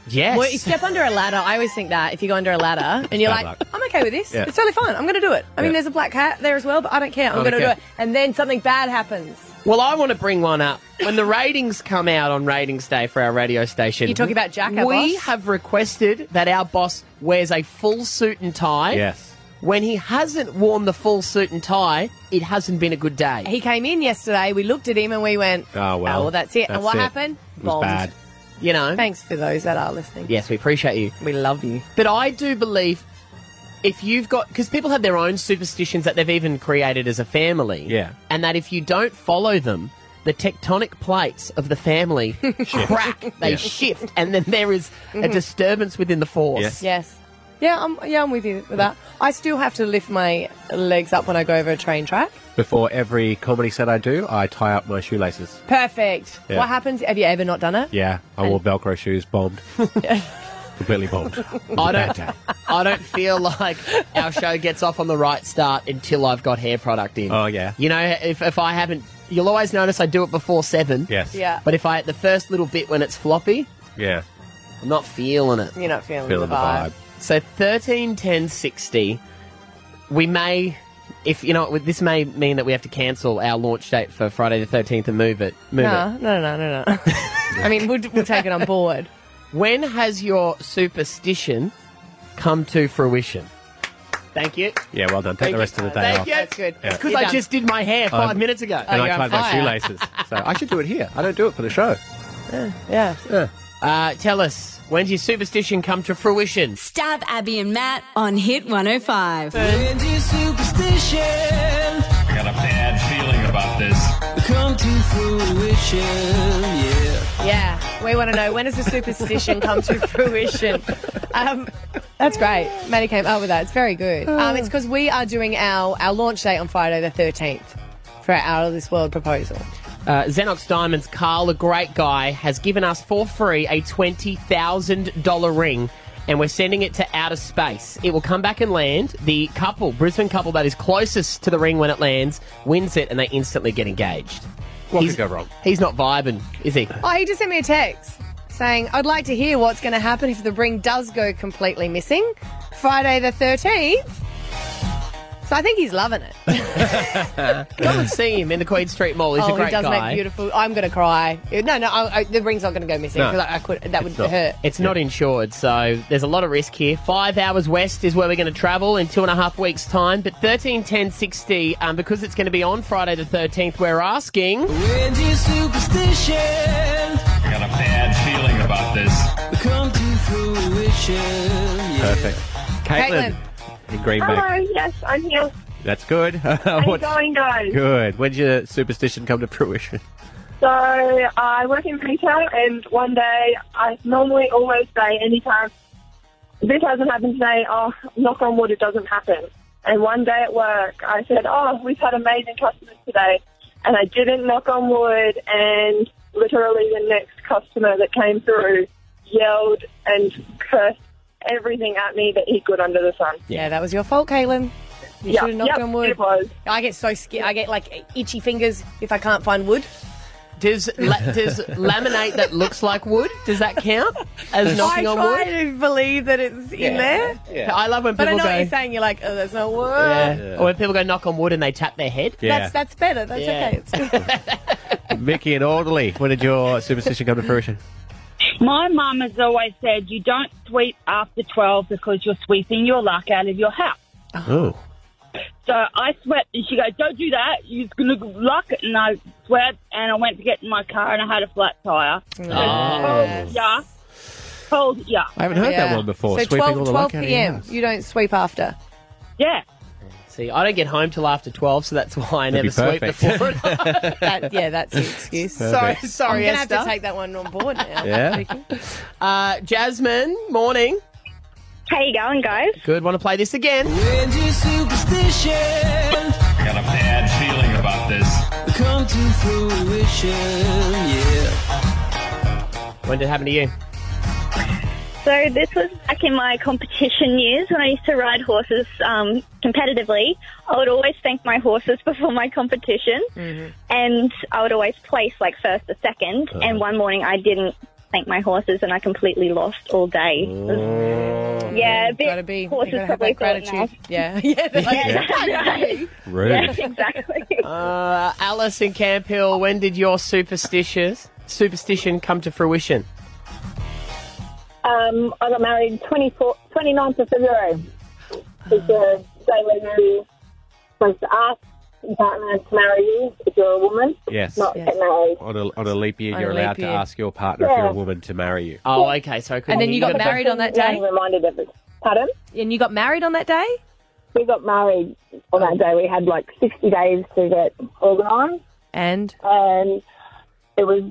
A: Yes.
B: Well, you step under a ladder. I always think that if you go under a ladder and you're
C: Bad
B: like,
C: luck.
B: I'm okay with this.
C: Yeah.
B: It's totally fine. I'm going to do it. I mean,
A: Yeah.
B: there's a black cat there as well, but I don't care. I'm
A: I
B: going
A: don't
B: to do
A: care.
B: it. And then something bad happens.
A: Well, I want to bring one up. When the ratings come out on ratings day for our radio station,
B: You're talking about Jack,
A: We
B: our boss?
A: have requested that our boss wears a full suit and tie.
C: Yes.
A: When he hasn't worn the full suit and tie, it hasn't been a good day.
B: He came in yesterday. We looked at him and we went,
C: Ah,
A: Oh, well,
B: oh, well that's it.
A: that's
B: and what
A: it.
B: happened?
A: It was bad. You know.
B: Thanks for those that are listening.
A: Yes, we appreciate you.
B: We love you.
A: But I do believe if you've got because people have their own superstitions that they've even created as a family. Yeah. And that if you don't follow them, the tectonic plates of the family crack, they
B: Yeah.
A: shift, and then there is a
B: Mhm.
A: disturbance within the force.
B: Yes. Yeah, I'm, yeah, I'm with you with that. I still have to lift my legs up when I go over a train track.
C: Before every comedy set I do, I tie up my shoelaces.
B: Perfect.
C: Yeah.
B: What happens? Have you ever not done it?
C: Yeah, I wore Velcro shoes,
B: (laughs)
C: bombed, completely bombed.
A: I don't. I don't feel like our show gets off on the right start until I've got hair product in.
C: Oh, yeah.
A: You know, if if I haven't, you'll always notice I do it before seven.
C: Yes.
B: Yeah.
A: But if I at the first little bit when it's floppy,
C: Yeah.
A: I'm not feeling it.
B: You're not feeling, the, vibe.
A: So thirteen ten sixty, we may, if you know, this may mean that we have to cancel our launch date for Friday the thirteenth and move it. Move it.
B: No, no, no, no, (laughs) no. I mean, we'll, we'll take it on board.
A: When has your superstition come to fruition? Thank you.
C: Yeah, well done. Take the rest of the day
A: Thank
C: off.
A: you.
B: That's good.
C: Yeah.
A: Because
C: You're
A: I
C: done.
A: just did my hair 5
C: Um,
A: minutes ago.
C: And I tied my shoelaces. So I should do it here. I don't do it for the show.
B: Yeah.
A: Uh, tell us, when's your superstition come to fruition?
F: Stab Abby and Matt on Hit 105.
E: superstition
M: I got a bad feeling about this.
E: come to fruition, yeah.
B: Yeah, we want to know when does the superstition
A: (laughs)
B: come to fruition? Um, that's great. Maddie came up with that. It's very good.
A: Oh.
B: Um, it's because we are doing our, our launch date on Friday the 13th for our Out of This World proposal.
A: Uh, Xenox Diamonds, Carl, a great guy, has given us for free a $20,000 ring. And we're sending it to outer space. It will come back and land. The couple, Brisbane couple that is closest to the ring when it lands, wins it and they instantly get engaged. What he's, could go wrong? He's not vibing, is (laughs) he?
B: Oh, he just sent me a text saying, I'd like to hear what's going to happen if the ring does go completely missing Friday the 13th. So I think he's loving it.
A: Go (laughs) and see him in the Queen Street Mall. He's
B: oh,
A: a great
B: he does
A: guy.
B: make beautiful. I'm going to cry. No, no, I, I, the ring's not going to go missing.
A: No.
B: 'cause I, I could, that would
A: It's not-
B: hurt.
A: It's not insured, so there's a lot of risk here. Five hours west is where we're going to travel in two and a half weeks' time. But thirteen ten sixty, um, because it's going to be on Friday the thirteenth, we're asking.
E: When's your superstition
M: I got a bad feeling about this.
E: come to fruition? Yeah.
C: Perfect. Caitlin. In Green Bay.
H: Hello, yes, I'm here.
C: That's good. (laughs)
H: How you
C: What's-
H: going, guys?
C: Good. When's your superstition come to fruition?
H: So uh, I work in retail, and one day I normally always say, anytime this hasn't happened today, oh, knock on wood, it doesn't happen. And one day at work, I said, oh, we've had amazing customers today, and I didn't knock on wood, and literally the next customer that came through yelled and cursed everything at me that he could under the sun.
B: Yeah, that was your fault, Caitlin. You
H: Yeah,
B: should have knocked
H: yeah,
B: on wood.
H: it was.
B: I get so scared. I get like itchy fingers if I can't find wood.
A: Does la- does laminate that looks like wood? Does that count as knocking
B: I
A: on wood?
B: try to believe that it's in
A: Yeah.
B: there.
A: Yeah. I love when
B: But I
A: people
B: know what
A: go-
B: you're saying. You're like, oh, that's not wood.
A: Yeah. Or when people go knock on wood and they tap their head.
B: That's that's better. That's
A: Yeah.
B: (laughs) okay. It's good.
C: Mickey and Orderly. When did your superstition come to fruition?
O: My mum has always said you don't sweep after 12 because you're sweeping your luck out of your house.
C: Oh.
O: So I swept, and she goes, "Don't do that. You're gonna luck." it." And I swept, and I went to get in my car, and I had a flat tire.
C: Oh.
O: Yeah, cold. Yeah.
C: I haven't heard that one before.
B: So
C: sweeping
B: 12,
C: all the
B: 12
C: luck out of
B: p.m.
C: you.
B: You don't sweep after.
O: Yeah.
A: See, I don't get home till after 12, so that's why I
C: That'd
A: never
C: be
A: sweep
C: perfect.
A: before.
C: (laughs)
A: (laughs)
B: That, yeah, that's the excuse.
A: sorry,
C: Perfect.
A: sorry,
B: I'm gonna have to
A: Esther.
B: take that one on board now.
C: Yeah.
A: Uh, Jasmine, morning.
N: How you going, guys?
A: Good. Want to play this again?
E: Superstition
M: I got a bad feeling about this.
E: come to fruition, yeah.
A: When did it happen to you?
N: So this was back in my competition years when I used to ride horses um, competitively. I would always thank my horses (laughs) before my competition,
B: Mm-hmm.
N: and I would always place like first or 2nd And one morning I didn't thank my horses, and I completely lost all day. It was- yeah, a bit
B: Gotta be. You
N: horses
B: gotta have
N: probably
B: that
N: thought
B: gratitude. Yeah. (laughs) Yeah. they're like,
N: Yeah.
B: "Fuck you."
A: Rude.
N: exactly.
A: Uh, Alice in Camp Hill, when did your superstitious superstition come to fruition?
H: Um, I got married 24, 29th of February. It's a day when you're supposed to ask your partner to marry you if you're a woman.
C: Yes.
H: Not
B: (laughs)
H: get married.
C: On a, on a leap year,
H: On a
C: you're
H: leap
C: allowed to
H: year.
C: ask your partner if you're a woman to marry you.
A: Oh, okay. So I
B: And then you got married on that day.
H: Reminded of it. Pardon?
B: And you got married on that day.
H: We got married on that day. We had like 60 days to get organised.
B: And?
H: And it was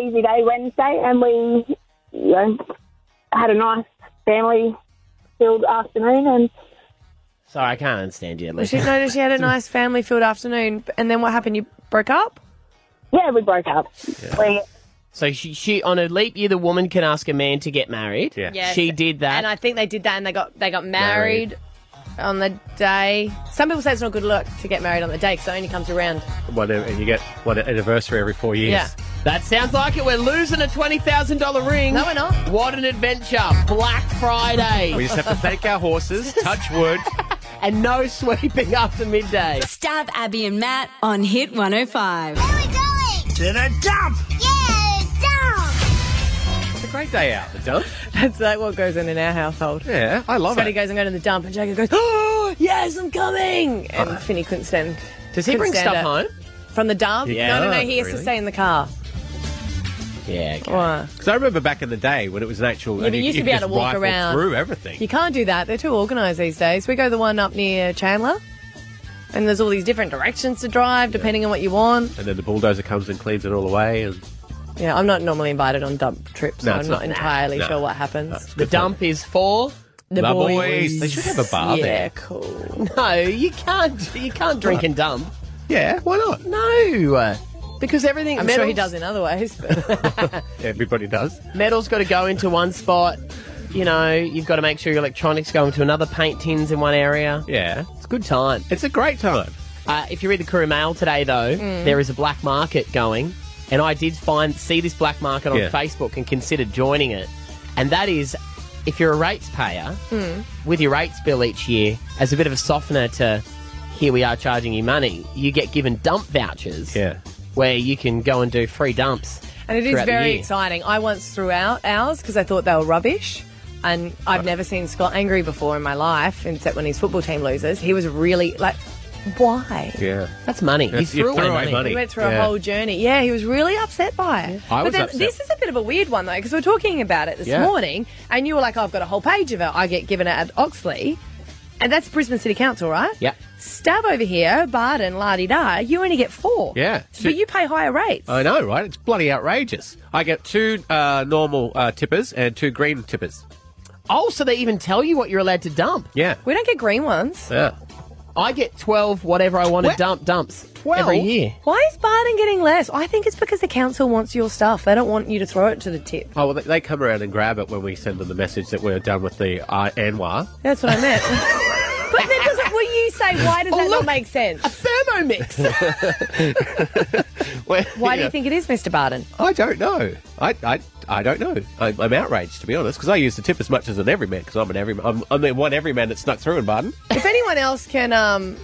H: easy day Wednesday and we you know, had a nice family filled afternoon and
A: Sorry, I can't understand you.
B: Well,
A: Alice.
B: she noticed she had a nice family filled afternoon, and then what happened? You broke up.
H: Yeah, we broke up. We
A: So she, she on a leap year, the woman can ask a man to get married. Yeah.
B: Yes.
A: She did that.
B: And I think they did that, and they got they got married, on the day. Some people say it's not a good look to get married on the day because it only comes around.
C: One, and you get one anniversary every four years.
B: Yeah.
A: That sounds like it. We're losing a twenty thousand dollar ring.
B: No, we're not.
A: What an adventure! Black Friday.
C: We just have to thank our
B: (laughs)
C: horses, touch wood.
A: and no sweeping (laughs) after midday.
F: Stab Abby and Matt on Hit 105. Where are we going?
C: To the dump!
F: Yeah, dump!
C: It's a great day out, the dump.
B: (laughs) That's like what goes on in our household.
C: Yeah, I love
B: Scotty
C: it.
B: goes and goes to the dump, and Jacob goes, "Oh, yes, I'm coming!" And Finney couldn't stand.
A: Does he
B: couldn't
A: bring
B: stand
A: stuff
B: it.
A: home?
B: from the dump?
C: Yeah.
B: No, no, no. He has to
C: Really?
B: stay in the car.
C: Yeah. Because
B: Why?
C: I remember back in the day when it was an actual.
B: Yeah,
C: and
B: but you used to be
C: could
B: able to
C: just
B: walk
C: rifle
B: around.
C: through everything.
B: You can't do that. They're too organised these days. We go the one up near Chandler, and there's all these different directions to drive depending on what you want.
C: And then the bulldozer comes and cleans it all away. And
B: Yeah, I'm not normally invited on dump trips,
C: No,
B: so
C: it's
B: I'm not,
C: not- nah,
B: entirely
C: nah,
B: sure what happens.
A: The dump is for
B: The
C: The
B: boys.
C: boys. They should have a bar
B: yeah,
C: there.
B: cool. (laughs)
A: No, you can't. You can't drink and dump.
C: yeah, why not?
A: No, because everything.
B: I'm sure he does in other ways. But
C: Everybody does.
A: Metal's got to go into one spot. You know, you've got to make sure your electronics go into another. Paint tins in one area.
C: Yeah.
A: It's a good time.
C: It's a great time.
A: Uh, if you read the Courier Mail today, though, there is a black market going, and I did find see this black market on
C: Yeah.
A: Facebook and considered joining it, and that is if you're a rates payer with your rates bill each year as a bit of a softener to here we are charging you money, you get given dump vouchers.
C: Yeah.
A: Where you can go and do free dumps.
B: (laughs) and it is
A: throughout the
B: very
A: year.
B: exciting. I once threw out ours because I thought they were rubbish. And I've never seen Scott angry before in my life, except when his football team loses. He was really like, why?
C: Yeah.
A: That's money. You
C: That's- you
A: threw away
C: threw away
A: money.
C: money.
B: He went through a
C: Yeah.
B: whole journey. Yeah, he was really upset by it.
C: I
B: but
C: was
B: then
C: upset.
B: this is a bit of a weird one though, because we are talking about it this
C: Yeah.
B: morning, and you were like, oh, "I've got a whole page of it. I get given it at Oxley, and that's Brisbane City Council, right?"
A: Yeah.
B: Stab over here, Barden, la di da. You only get four.
C: Yeah.
B: So- but you pay higher rates.
C: I know, right? It's bloody outrageous. I get two uh, normal uh, tippers and two green tippers.
A: Oh, so they even tell you what you're allowed to dump.
C: Yeah.
B: we don't get green ones.
C: Yeah.
A: I get 12 whatever I want to
C: What?
A: dump dumps
C: 12?
A: every year.
B: Why is Barden getting less? I think it's because the council wants your stuff. They don't want you to throw it to the tip.
C: Oh, well, they- they come around and grab it when we send them the message that we're done with the uh, Anwar.
B: That's what
C: (laughs)
B: I meant. but then doesn't, will you say why
C: Oh,
B: does that not make sense?
A: Thermomix.
C: Well,
B: Why do
C: know,
B: you think it is, Mr. Barden?
C: I don't know. I, I, I don't know. I, I'm outraged, to be honest, because I use the tip as much as an everyman, because I'm an everyman. I'm, I'm the one everyman that snuck through in Barton.
B: If anyone else can um,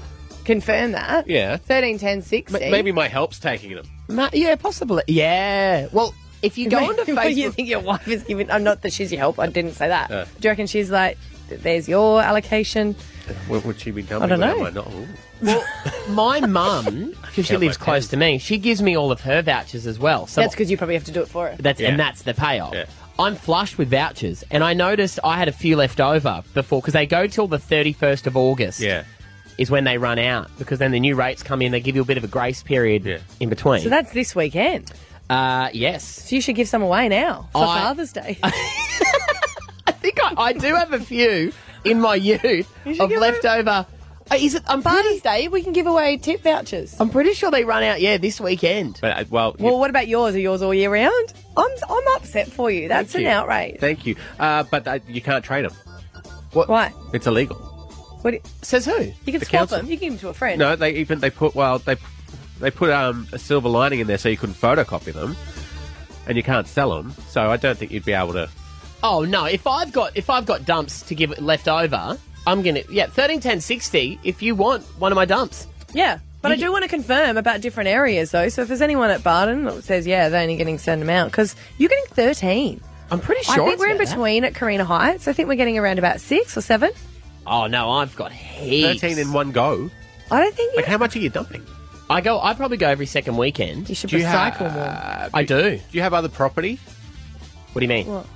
B: confirm
C: (laughs)
B: that,
C: Yeah.
B: thirteen ten sixty. (laughs)
C: M- maybe my help's taking them.
A: Ma- yeah, possibly. Yeah. Well,
B: If (laughs) you
A: go onto
B: what do you
A: Facebook-
B: think your wife is giving? I'm not that she's your help. I didn't say that.
C: Uh.
B: Do you reckon she's like, there's your allocation?
C: What would she be dumping?
B: I don't
C: when
B: know.
C: I not? Ooh.
B: (laughs)
A: My mum, because she
C: Count my
A: lives close to me, she gives me all of her vouchers as well. So
B: that's because you probably have to do it for her.
A: That's and that's the payoff. I'm flush with vouchers, and I noticed I had a few left over before because they go till the 31st of August. Yeah, is when they run out because then the new rates come in. They give you a bit of a grace period in between.
B: So that's this weekend.
A: uh, yes.
B: So you should give some away now for
A: I-
C: (laughs)
B: Father's Day.
A: (laughs) I think I, I do have a few in my youth of leftover. Uh, Is it on Father's
B: Day? We can give away tip vouchers.
A: I'm pretty sure they run out. Yeah, this weekend.
C: But uh, well, you-
B: Well, what about yours? Are yours all year round? I'm I'm upset for you. That's
C: thank
B: an
C: you.
B: outrage.
C: Thank you. Uh, but uh, you can't trade them.
A: What?
B: Why?
C: It's illegal.
B: What do-
A: Says who?
B: You can
C: The
B: swap
C: council.
B: them. You can give them to a friend.
C: No, they even they put well they they put um, a silver lining in there so you couldn't photocopy them, and you can't sell them. So I don't think you'd be able to.
A: Oh no! If I've got if I've got dumps to give left over, I'm gonna yeah thirteen ten sixty. If you want one of my dumps,
B: Yeah. But I do want to confirm about different areas, though. So if there's anyone at Barton that says, yeah, they're only getting a certain amount, because you're getting 13.
A: I'm pretty
B: I
A: sure
B: think
A: it's
B: we're in
A: about that.
B: between at Karina Heights. I think we're getting around about six or seven.
A: oh no, I've got heaps.
C: Thirteen in one go.
B: I don't think.
C: Like
B: (laughs)
C: how much are you dumping?
A: I go. I probably go every second weekend. You
B: should
C: more.
A: I do.
C: Do you have other property?
A: What do you mean?
B: What?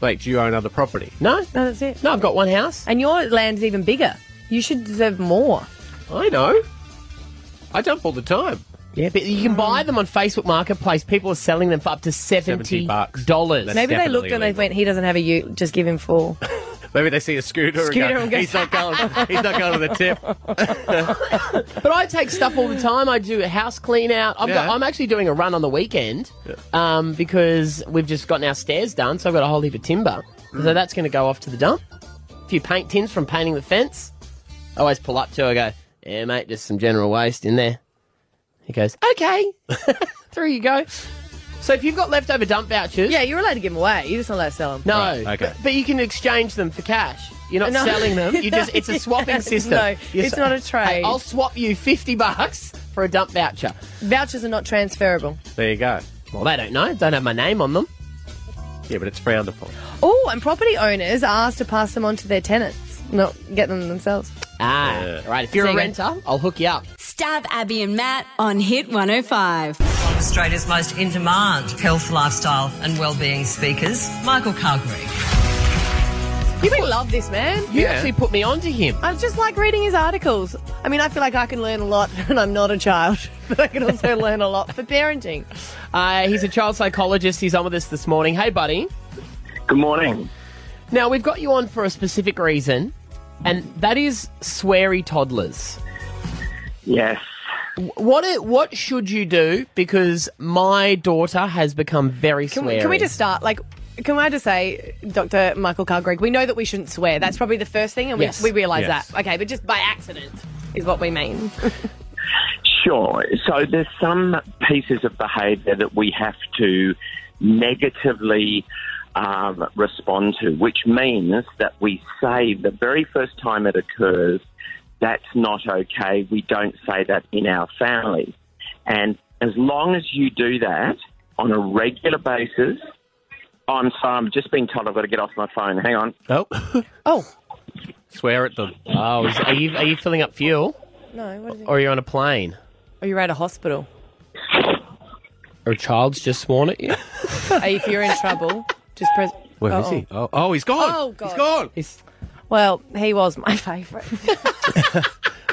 C: Like, do you own other property?
A: No. No,
B: that's it.
A: No, I've got one house.
B: And your land's even bigger. You should deserve more.
C: I know. I dump all the time.
A: Yeah, but you can buy them on Facebook Marketplace. People are selling them for up to seventy dollars.
B: Maybe they looked and they went, he doesn't have a U, just give him four.
C: Maybe they see a scooter.
B: Scooter
C: and
B: and
C: go,
B: go-
C: he's not going. he's not going to the tip.
A: (laughs) But I take stuff all the time. I do a house clean out. I've got,
C: Yeah.
A: I'm actually doing a run on the weekend um, because we've just gotten our stairs done, so I've got a whole heap of timber.
C: Mm.
A: So that's going to go off to the dump. A few paint tins from painting the fence. I always pull up to her and go, yeah, mate, just some general waste in there. He goes, okay. (laughs) Through you go. So if you've got leftover dump vouchers.
B: (laughs) yeah, you're allowed to give them away. You're just not allowed to sell them.
A: No. But, but you can exchange them for cash. You're not
B: No.
A: selling them. You just
B: (laughs)
A: it's a swapping
B: Yeah,
A: system.
B: no,
A: You're
B: it's
A: s-
B: not a trade.
A: (laughs) Hey, I'll swap you fifty bucks for a dump voucher.
B: Vouchers are not transferable.
C: There you go.
A: Well, they don't know. Don't have my name on them.
C: Yeah, but it's frowned upon.
B: Oh, and property owners are asked to pass them on to their tenants, not get them themselves.
A: Ah, all right. If you're a renter, I'll hook you up.
F: Stab Abby and Matt on Hit 105.
P: One of Australia's most in demand health, lifestyle, and well-being speakers, Michael Calgary.
B: You would love this man.
A: You actually put me onto him.
B: I just like reading his articles. I mean, I feel like I can learn a lot, (laughs) and I'm not a child, but I can also learn a lot for parenting.
A: Uh, he's a child psychologist. He's on with us this morning. Hey, buddy.
Q: Good morning.
A: Now we've got you on for a specific reason, and that is sweary toddlers.
Q: Yes.
A: What it, what should you do? Because my daughter has become very
B: Can
A: sweary.
B: we, can we just start? Like, can I just say, Dr. Michael Carl Gregg, we know that we shouldn't swear. That's probably the first thing, and we,
A: Yes.
B: we realise
A: Yes.
B: that. Okay, but just by accident is what we mean.
Q: Sure. So there's some pieces of behaviour that we have to negatively um, respond to, which means that we say the very first time it occurs, that's not okay. We don't say that in our family. And as long as you do that on a regular basis, oh, I'm sorry, I'm just being told I've got to get off my phone. Hang on.
C: Oh.
B: (laughs) oh.
C: Swear at them.
A: Oh, is, are you are you filling up fuel,
B: No, what is it?
A: or are you on a plane?
B: Or you're at a hospital.
A: Or a child's just sworn at you?
B: if you're in trouble, just press.
C: Where is
B: Uh-oh.
C: he? Oh, oh, he's gone.
B: Oh, God.
C: He's gone.
B: Well, he was my (laughs) favourite.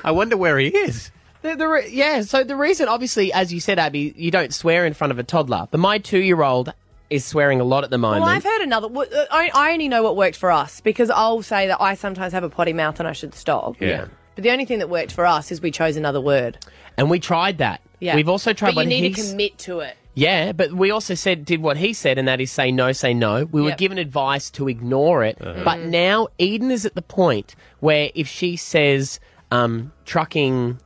C: I wonder where he is.
A: The, the re- yeah, so the reason, obviously, as you said, Abby, you don't swear in front of a toddler, but my two year old is swearing a lot at the moment.
B: Well, I've heard another. well, uh, I I only know what worked for us because I'll say that I sometimes have a potty mouth and I should stop.
A: Yeah.
B: But the only thing that worked for us is we chose another word.
A: And we tried that.
B: Yeah.
A: We've also tried
B: But
A: what
B: you need to
A: he's-
B: commit to it.
A: Yeah, but we also said did what he said, and that is say no, say no. We were
B: Yep. Mm.
A: given advice to ignore it,
C: Uh-huh.
A: but now Eden is at the point where if she says um, trucking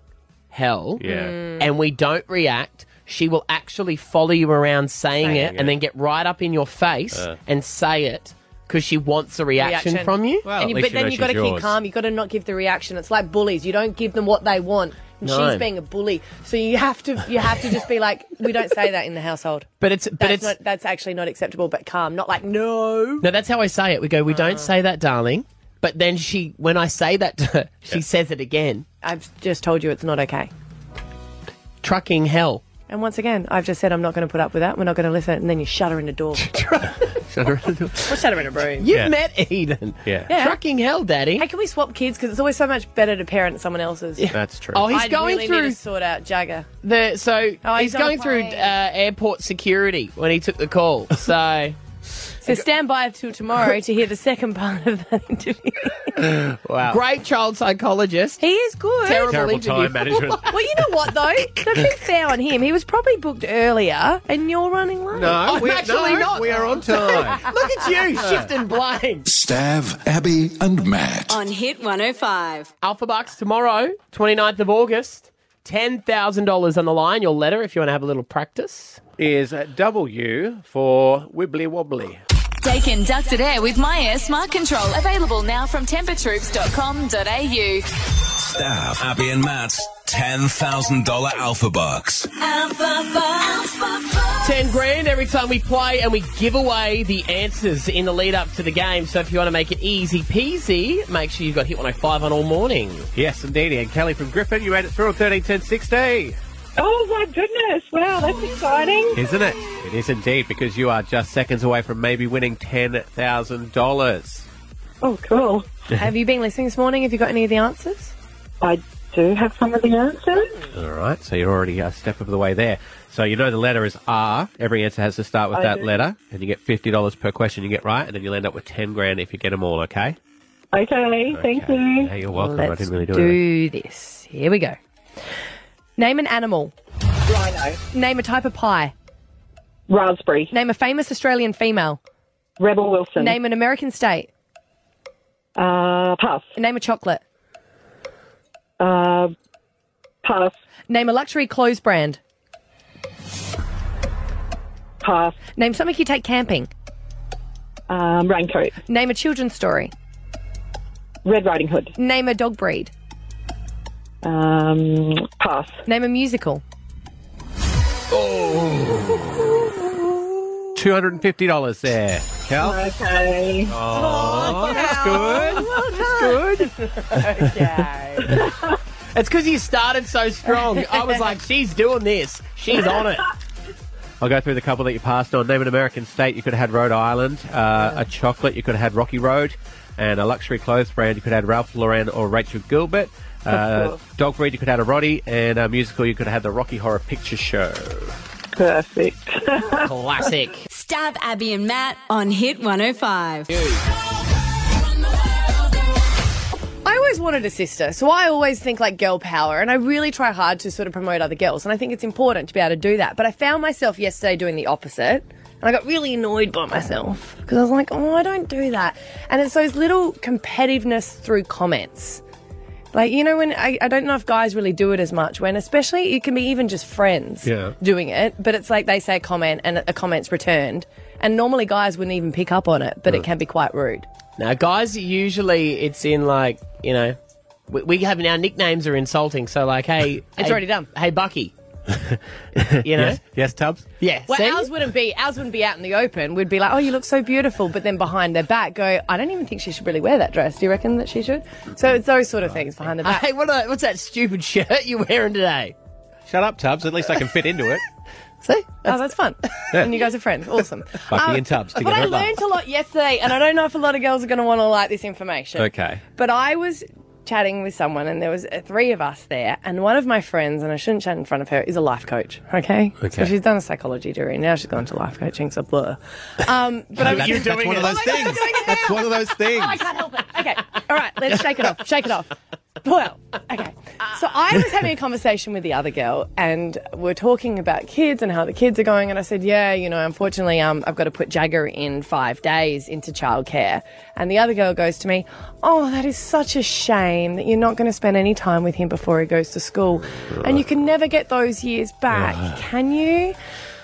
A: hell,
C: Yeah. Mm.
A: and we don't react, she will actually follow you around saying
C: Saying
A: it,
C: it.
A: and then get right up in your face
C: Uh.
A: and say it because she wants a reaction, from you.
B: And you- but then you've got to keep calm. You've got to not give the reaction. It's like bullies. You don't give them what they want. and
A: No.
B: she's being a bully. So you have to you have to just be like, we don't say that in the household.
A: But it's but
B: that's
A: it's
B: not, that's actually not acceptable. But calm, not like no.
A: no. That's how I say it. We go. We don't
B: Uh.
A: say that, darling. But then she, when I say that to her, she says it again.
B: I've just told you it's not okay.
A: Trucking hell.
B: And once again, I've just said I'm not going to put up with that. We're not going to listen. And then you shut her in
A: (laughs)
B: the door. or shut her in a room.
A: You've met Eden.
B: Yeah.
A: Trucking hell, daddy.
B: Hey, can we swap kids? Because it's always so much better to parent someone else's.
C: That's true.
A: Oh, he's
B: I
A: going
B: really
A: through-
B: Need to sort out Jagger.
A: The so
B: Oh,
A: he's,
B: he's on a
A: going through
B: plane.
A: uh, airport security when he took the call.
B: (laughs)
A: So
B: So stand by till tomorrow to hear the second part of that interview.
A: wow, great child psychologist.
B: He is good.
A: Terrible, interview.
B: well, you know what though? To be fair on him, he was probably booked earlier, and you're running late.
D: No,
B: I'm
D: we-
A: Actually,
D: no,
A: not.
D: we are on time.
A: Look at you, shifting blame.
D: Stav, Abby, and Matt.
A: On Hit 105. Alpha Bucks tomorrow, 29th of August. $10,000 on the line. Your letter, if you want to have a little practice.
C: Is at uh, W for wibbly wobbly.
F: Take conducted air with My Air Smart Control. Available now from tempertroops.com.au.
M: Staff, Abby and Matt's $10,000 Alpha Bucks.
F: Alpha
A: 10 grand every time we play and we give away the answers in the lead up to the game. So if you want to make it easy peasy, make sure you've got Hit 105 on all morning.
C: Yes, indeedy. And Kelly from Griffin, you made it through on 13 10 60.
H: Oh my goodness! Wow, that's exciting.
C: Isn't it? It is indeed, because you are just seconds away from maybe winning $10,000.
H: Oh, cool.
B: Have you been listening this morning? Have you got any of the answers?
H: I do have some of the answers.
C: All right, so you're already a step of the way there. So you know the letter is R. Every answer has to start with
H: I
C: that
H: do.
C: letter, and you get fifty dollars per question you get right, and then you'll end up with ten grand if you get them all. Okay?
H: Okay, thank you.
C: Hey, you're welcome. I
B: Let's
C: didn't really do, it.
B: do this. Here we go. Name an animal. Rhino. Name a type of pie.
H: Raspberry.
B: Name a famous Australian female.
H: Rebel Wilson.
B: Name an American state.
H: Uh, pass.
B: Name a chocolate.
H: Uh, pass.
B: Name a luxury clothes brand.
H: Pass.
B: Name something you take camping.
H: Um, raincoat.
B: Name a children's story.
H: Red Riding Hood.
B: Name a dog breed.
H: Um, pass.
B: Name a musical.
C: Two hundred and fifty dollars there, Cal.
H: Okay.
C: Oh, that's good.
A: It's because you started so strong. I was like, she's doing this. She's on it.
C: I'll go through the couple that you passed on. Name an American state. You could have had Rhode Island. Uh, A chocolate. You could have had Rocky Road. And a luxury clothes brand. You could have had Ralph Lauren or Rachel Gilbert. Uh,
H: course.
C: dog breed. You could have had a Roddy. And a musical. You could have had the Rocky Horror Picture (laughs) Show.
H: Perfect.
A: Classic.
F: Stab Abby and Matt on Hit 105.
B: I always wanted a sister, so I always think like girl power, and I really try hard to sort of promote other girls, and I think it's important to be able to do that. But I found myself yesterday doing the opposite, and I got really annoyed by myself because I was like, oh, I don't do that. And it's those little competitiveness through comments. Like, you know, when I, I don't know if guys really do it as much, when especially it can be even just friends
R: Yeah.
B: doing it, but it's like they say a comment and a comment's returned. And normally guys wouldn't even pick up on it, but it can be quite rude.
A: Now, guys, usually it's in like, you know, we, we have now nicknames are insulting. So, like, hey.
B: (laughs) It's
A: hey-
B: already done.
A: Hey,
B: (laughs)
A: Bucky. you know?
C: Yes, yes Tubbs?
A: Yeah.
B: Well,
A: see?
B: ours wouldn't be ours wouldn't be out in the open. We'd be like, "Oh, you look so beautiful," but then behind their back, go, "I don't even think she should really wear that dress. Do you reckon that she should?" So it's those sort of things behind
C: (laughs)
B: the back.
A: (laughs) Hey, what are, what's that stupid shirt you're wearing today?
C: Shut up, Tubbs. At least I can fit into it.
A: See?
B: oh, that's fun.
C: Yeah.
B: And you guys are friends. Awesome.
C: Bucky
B: Um,
C: and Tubbs
B: But
C: together
B: I
C: at last.
B: learned a lot yesterday, and I don't know if a lot of girls are going to want to like this information.
C: Okay.
B: But I was chatting with someone, and there was uh, three of us there, and one of my friends, and I shouldn't chat in front of her, is a life coach. Okay. So
R: Okay.
B: she's done a psychology degree. Now she's gone to life coaching. So blur. Um, but I was
R: That's- that's one of those
B: Oh my God, I'm
R: things.
B: doing it
R: That's
B: now.
R: one of those
B: Oh, I
R: things.
B: can't help it. Okay. All right. Let's shake it off. Shake it off. Well, okay. So I was having a conversation with the other girl, and we're talking about kids and how the kids are going. And I said, "Yeah, you know, unfortunately, um, I've got to put Jagger in five days into childcare." And the other girl goes to me, "Oh, that is such a shame that you're not going to spend any time with him before he goes to school, and you can never get those years back, can you?"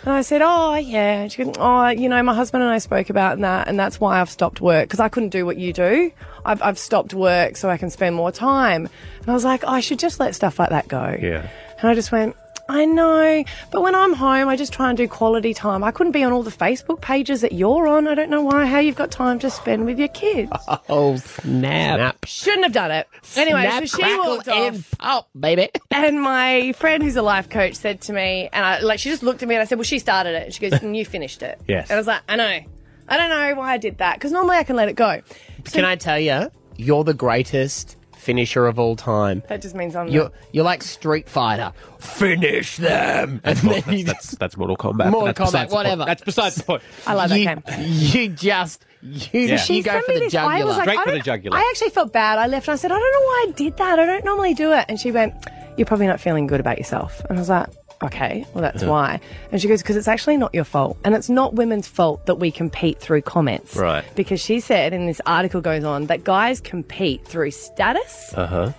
B: And I said, "Oh yeah." And she goes, "Oh, you know, my husband and I spoke about that, and that's why I've stopped work because I couldn't do what you do. I've, I've stopped work so I can spend more time." And I was like, "I should just let stuff like that go."
C: (laughs) Yeah.
B: And I just went, I know, but when I'm home, I just try and do quality time. I couldn't be on all the Facebook pages that you're on. I don't know why, how you've got time to spend with
A: (laughs)
B: your kids.
A: Oh, snap.
B: Shouldn't have done it. Anyway,
A: Snap,
B: so she
A: crackle,
B: walked off.
A: and pop, baby.
B: And my friend, who's a life coach, said to me, and I like, she just looked at me and I said, "Well, she started it." And she goes, "And you finished it."
A: (laughs) Yes.
B: And I was like, "I know, I don't know why I did that because normally I can let it go."
A: Can I tell you, you're the greatest finisher of all time.
B: That just means I'm.
A: You're you're like Street Fighter. Finish them.
C: That's, Mor- that's, that's, that's Mortal Kombat.
A: Mortal
C: that's
A: Kombat,
C: besides the point.
A: whatever.
C: That's besides the point.
B: I love that
A: you,
B: game.
A: (laughs) You just you,
C: Yeah.
A: you go
B: sent
A: for
B: me
A: the
B: this- I was
A: jugular.
B: like, I don't- I actually felt bad. I left. And I said, I don't know why I did that. I don't normally do it. And she went, You're probably not feeling good about yourself. And I was like, Okay, well, that's
R: Yeah.
B: why. And she goes, Because it's actually not your fault. And it's not women's fault that we compete through comments.
R: Right.
B: Because she said, and this article goes on, that guys compete through status,
C: Uh huh.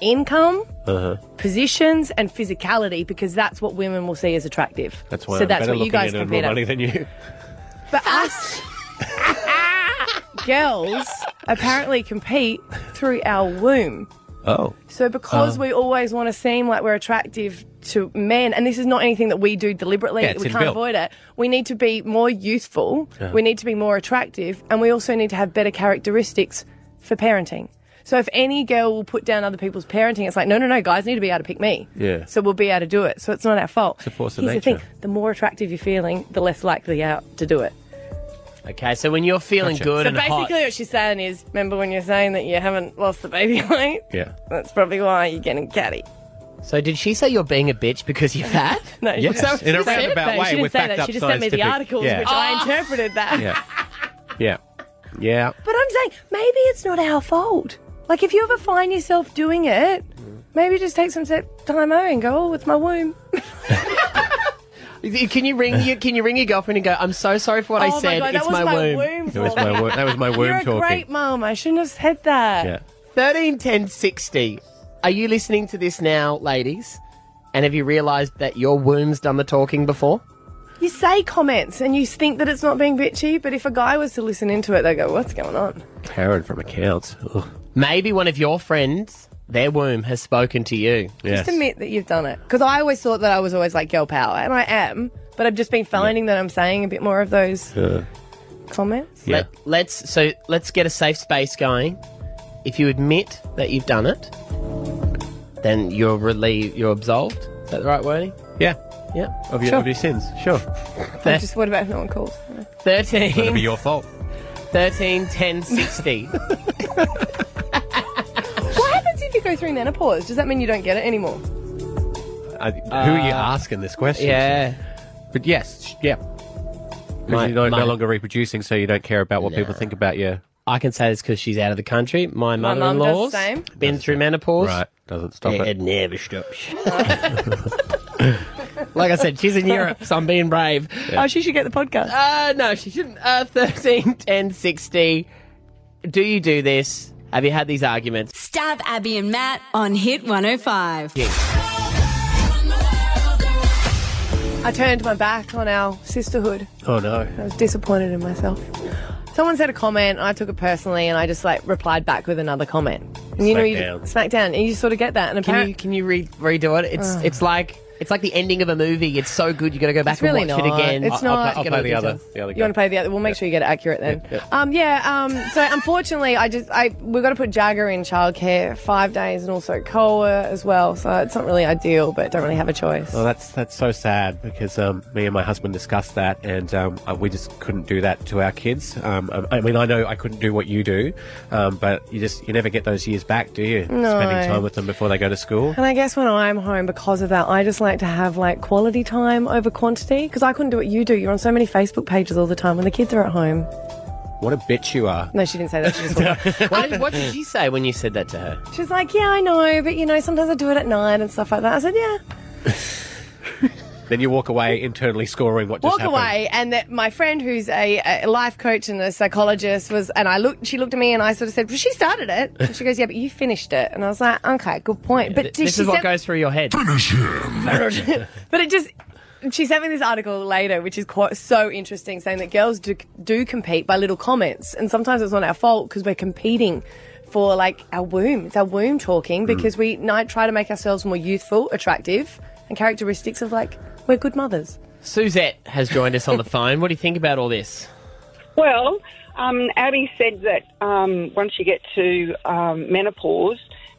B: income,
C: Uh huh.
B: positions, and physicality because that's what women will see as attractive.
C: That's why
B: so
C: I'm
B: that's
C: better
B: what you
C: looking
B: guys
C: and earn
B: compete
C: more
B: at.
C: money than you.
B: But us (laughs) girls apparently compete through our womb.
C: Oh.
B: So because
C: Um,
B: we always want to seem like we're attractive to men, and this is not anything that we do deliberately,
C: Yeah, it's
B: we can't
C: inbuilt.
B: avoid it. We need to be more youthful,
R: Yeah.
B: we need to be more attractive, and we also need to have better characteristics for parenting. So if any girl will put down other people's parenting, it's like, no, no, no, guys need to be able to pick me.
C: Yeah.
B: So we'll be able to do it. So it's not our fault.
C: It's a force of
B: Here's the
C: nature.
B: thing: the more attractive you're feeling, the less likely you are to do it.
A: Okay, so when you're feeling
C: Gotcha.
A: good
B: So
A: and
B: basically,
A: hot,
B: what she's saying is, remember when you're saying that you haven't lost the baby (laughs) weight?
C: Yeah.
B: That's probably why you're getting catty.
A: So did she say you're being a bitch because you're (laughs) fat?
B: No, she
C: Yes,
B: didn't.
C: in a
B: She said-
C: roundabout
B: no,
C: way
B: She didn't
C: with
B: say that.
C: backed
B: She
C: up
B: just sent me the
C: scientific-
B: articles,
C: yeah.
B: which I interpreted that.
C: Yeah. (laughs) Yeah. Yeah.
B: But I'm saying maybe it's not our fault. Like if you ever find yourself doing it, maybe just take some se- time out and go, oh, it's my womb.
A: Can you ring you? Can you ring your girlfriend and go? I'm so sorry for what
B: Oh
A: I
B: my
A: said.
B: God, that
A: it's
B: was
A: my,
B: my
A: womb.
B: womb That
C: was my wo- that was my womb
B: You're a
A: talking.
B: great mum. I shouldn't have said that.
A: Yeah. Thirteen ten sixty. Are you listening to this now, ladies? And have you realised that your womb's done the talking before?
B: You say comments and you think that it's not being bitchy, but if a guy was to listen into it, they go, what's going on?
C: Karen from accounts. Ugh.
A: Maybe one of your friends, their womb has spoken to you.
B: Just admit that you've done it. Because I always thought that I was always like girl power, and I am, but I've just been finding that I'm saying a bit more
A: (laughs)
B: of those
C: Uh,
B: comments.
A: Let, let's so let's get a safe space going. If you admit that you've done it, then you're relieved. You're absolved. Is that the right wording?
C: Yeah.
A: Yeah.
C: Of your, of your sins. Sure.
B: I'm just what about if no one calls?
A: 13.
C: That'll be your fault.
A: 13, 10,
C: (laughs)
A: 60.
B: what happens if you go through menopause? Does that mean you don't get it anymore?
C: I, who are you
A: Uh,
C: asking this question?
A: yeah.
C: But yes, sh- yeah.
A: My-
C: Because you're no,
A: my-
C: no longer reproducing, so you don't care about what people think about you.
A: I can say this because she's out of the country. My
B: mum does the
A: mother-in-law's
B: same.
A: been through menopause.
C: Right. Doesn't stop
A: Yeah,
C: it.
A: It never
B: (laughs)
A: stops. (laughs) like I said, she's in Europe, so I'm being brave.
B: Oh, she should get the podcast.
A: Uh, no, she shouldn't. Uh, 13, 10, 60. Do you do this? Have you had these arguments?
F: Stab Abby and Matt on Hit 105.
B: I turned my back on our sisterhood.
C: Oh no.
B: I was disappointed in myself. Someone said a comment, I took it personally, and I just like replied back with another comment. And you know,
A: Smack
B: you
A: down.
B: smack down, and you sort of get that. And
A: Can
B: apparently,
A: you can you re- redo it? It's
B: Ugh.
A: it's like it's like the ending of a movie. It's so good, you got to go back
B: It's really
A: and watch
B: not.
A: it again.
B: It's I'll- I'll not. play- I'll
A: Get
C: play
A: all
C: the other-
A: details.
C: the other
B: You want to play the other? We'll make sure you get it accurate then.
A: Yeah,
B: Um, yeah. Um, so unfortunately, I just I we've got to put Jagger in childcare five days and also Koa as well. So it's not really ideal, but don't really have a choice.
C: Well, that's that's so sad because um, me and my husband discussed that, and um, uh, we just couldn't do that to our kids. Um, I- I mean, I know I couldn't do what you do, um, but you just you never get those years back, do you?
B: No.
C: Spending time with them before they go to school.
B: And I guess when I'm home because of that, I just like to have like quality time over quantity because I couldn't do what you do. You're on so many Facebook pages all the time when the kids are at home.
C: What a bitch you are!
B: No, she didn't say that.
A: (laughs)
B: She just walked off.
A: What
B: (laughs)
A: did, what did she say when you said that to her?
B: She was like, yeah, I know, but you know, sometimes I do it at night and stuff like that. I said, yeah.
C: Then you walk away internally scoring what just
B: walk
C: happened.
B: away and that my friend who's a, a life coach and a psychologist was and I looked she looked at me and I sort of said well she started it and she goes yeah but you finished it and I was like okay good point but
A: Th-
B: did
A: this
B: she
A: is what
B: (laughs) said- (laughs)
A: goes through your head. Finish him.
B: but it just she's having this article later, which is quite so interesting, saying that girls do, do compete by little comments, and sometimes it's not our fault because we're competing for like our womb. It's our womb talking
A: Hmm.
B: because we ni- try to make ourselves more youthful, attractive, and characteristics of like we're good mothers.
A: Suzette has joined us on the phone. What do you think about all this?
G: Well, um, Abby said that um, once you get to um, menopause,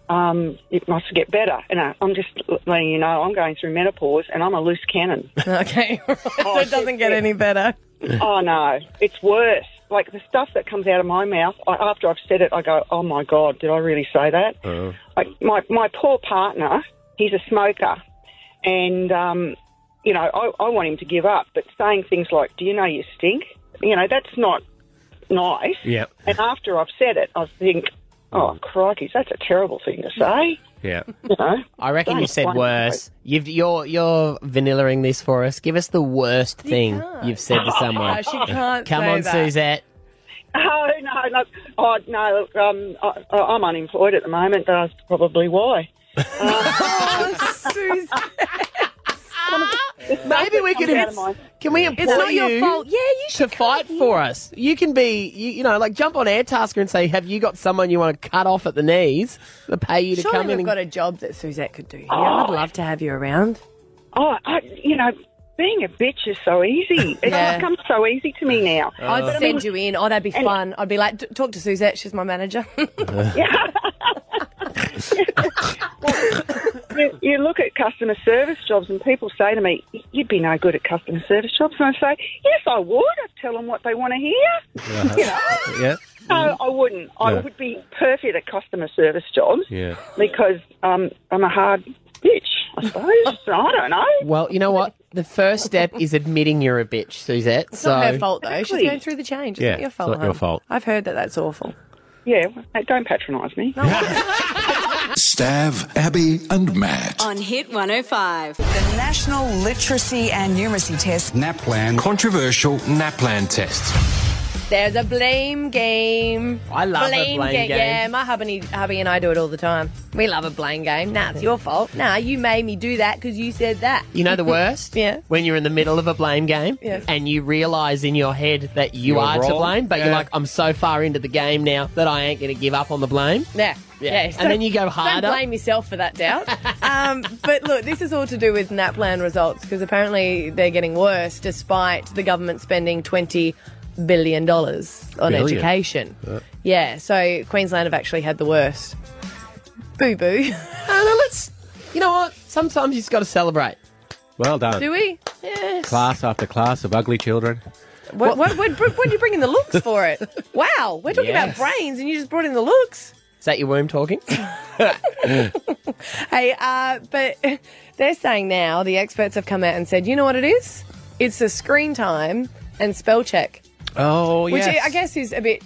G: um, it must get better. And I, I'm just letting you know, I'm going through menopause and I'm a loose cannon.
B: Okay, so it doesn't get any better.
G: oh no, it's worse. Like the stuff that comes out of my mouth I, after I've said it, I go, "Oh my god, did I really say that?" Like my my poor partner, he's a smoker, and um, you know I, I want him to give up, but saying things like, "Do you know you stink?" You know that's not nice.
C: Yep.
G: And after I've said it, I think, "Oh crikey, that's a terrible thing to say."
C: Yeah.
G: You know, (laughs)
A: I reckon you
G: Don't
A: said
G: blame me.
A: worse. You've, you're you're vanillaing this for us. Give us the worst thing you've said to someone.
B: Uh,
G: (laughs) No, she
A: (laughs)
G: can't
A: Come
G: say
A: on,
G: that.
A: Suzette.
G: Oh no, no, oh no. Look, um, I, I'm unemployed at the moment. That's probably why.
B: Oh,
A: (laughs) Maybe we
G: Comes out
A: can.
G: of my-
A: Can we
G: It's
A: employ
G: not your
A: you
G: fault.
B: Yeah, you
A: should to fight for us. You can be, you, you know, like jump on Airtasker and say, "Have you got someone you want to cut off at the knees?" They pay you to
B: Surely
A: come
B: we've
A: in. Oh.
B: got a job that Suzette could do. here. I'd love to have you around.
G: Oh, I, you know, being a bitch is so easy. It's
B: Yeah.
G: become so easy to me now.
B: I'd
G: But I
B: send
G: mean,
B: you in. Oh, that'd be fun. I'd be like, "D- talk to Suzette. She's my manager. (laughs)
G: you, you look at customer service jobs, and people say to me, "You'd be no good at customer service jobs," and I say, "Yes, I would. I tell them what they want to hear." You know,
C: Yeah.
G: no, I wouldn't. I
C: No.
G: would be perfect at customer service jobs
C: Yeah.
G: because um, I'm a hard bitch, I suppose. I don't know.
A: Well, you
G: (laughs)
A: know what? The first step is admitting you're a bitch, Suzette.
B: It's
A: so
B: not her fault though.
G: Exactly.
B: She's going through the change. It's
A: Yeah,
B: not your
A: it's
B: fault.
A: not your
B: hon.
A: fault.
B: I've heard that that's awful.
G: Yeah, don't patronise me.
S: Stav, Abby, and Matt.
H: On Hit 105.
T: The National Literacy and Numeracy Test.
D: NAPLAN. Controversial NAPLAN test.
B: There's a blame game. I
A: love a blame game.
B: Yeah, my hubby, hubby and I do it all the time. We love a blame game. Nah, it's your fault. Nah, you made me do that because you said that.
A: You
B: (laughs)
A: know the worst?
B: yeah.
A: When you're in the middle of a blame game
B: Yes.
A: and you realise in your head that you
C: You're
A: are to
C: wrong.
A: blame, but you're
C: Yeah.
A: like, I'm so far into the game now that I ain't going to give up on the blame.
B: Yeah.
A: Yeah.
B: Yeah.
A: And then you go harder.
B: Don't blame yourself for that doubt. (laughs) um, but look, this is all to do with NAPLAN results because apparently they're getting worse despite the government spending $20 billion on
U: Billion.
B: education. Yeah, so Queensland have actually had the worst. Boo (laughs) boo.
A: Anna, let's. You know what? Sometimes you just got to celebrate.
C: Well done.
B: Do we? Yes.
C: Class after class of ugly children.
B: What, what, what, what, are you bringing the looks for (laughs) it? Wow, we're talking
A: Yes.
B: about brains and you just brought in the looks.
A: Is that your womb
B: (laughs)
A: talking?
B: Hey, uh, but (laughs) they're saying now the experts have come out and said, you know what it is? It's the screen time and spell check,
C: Oh,
B: which
C: yes.
B: I guess is a bit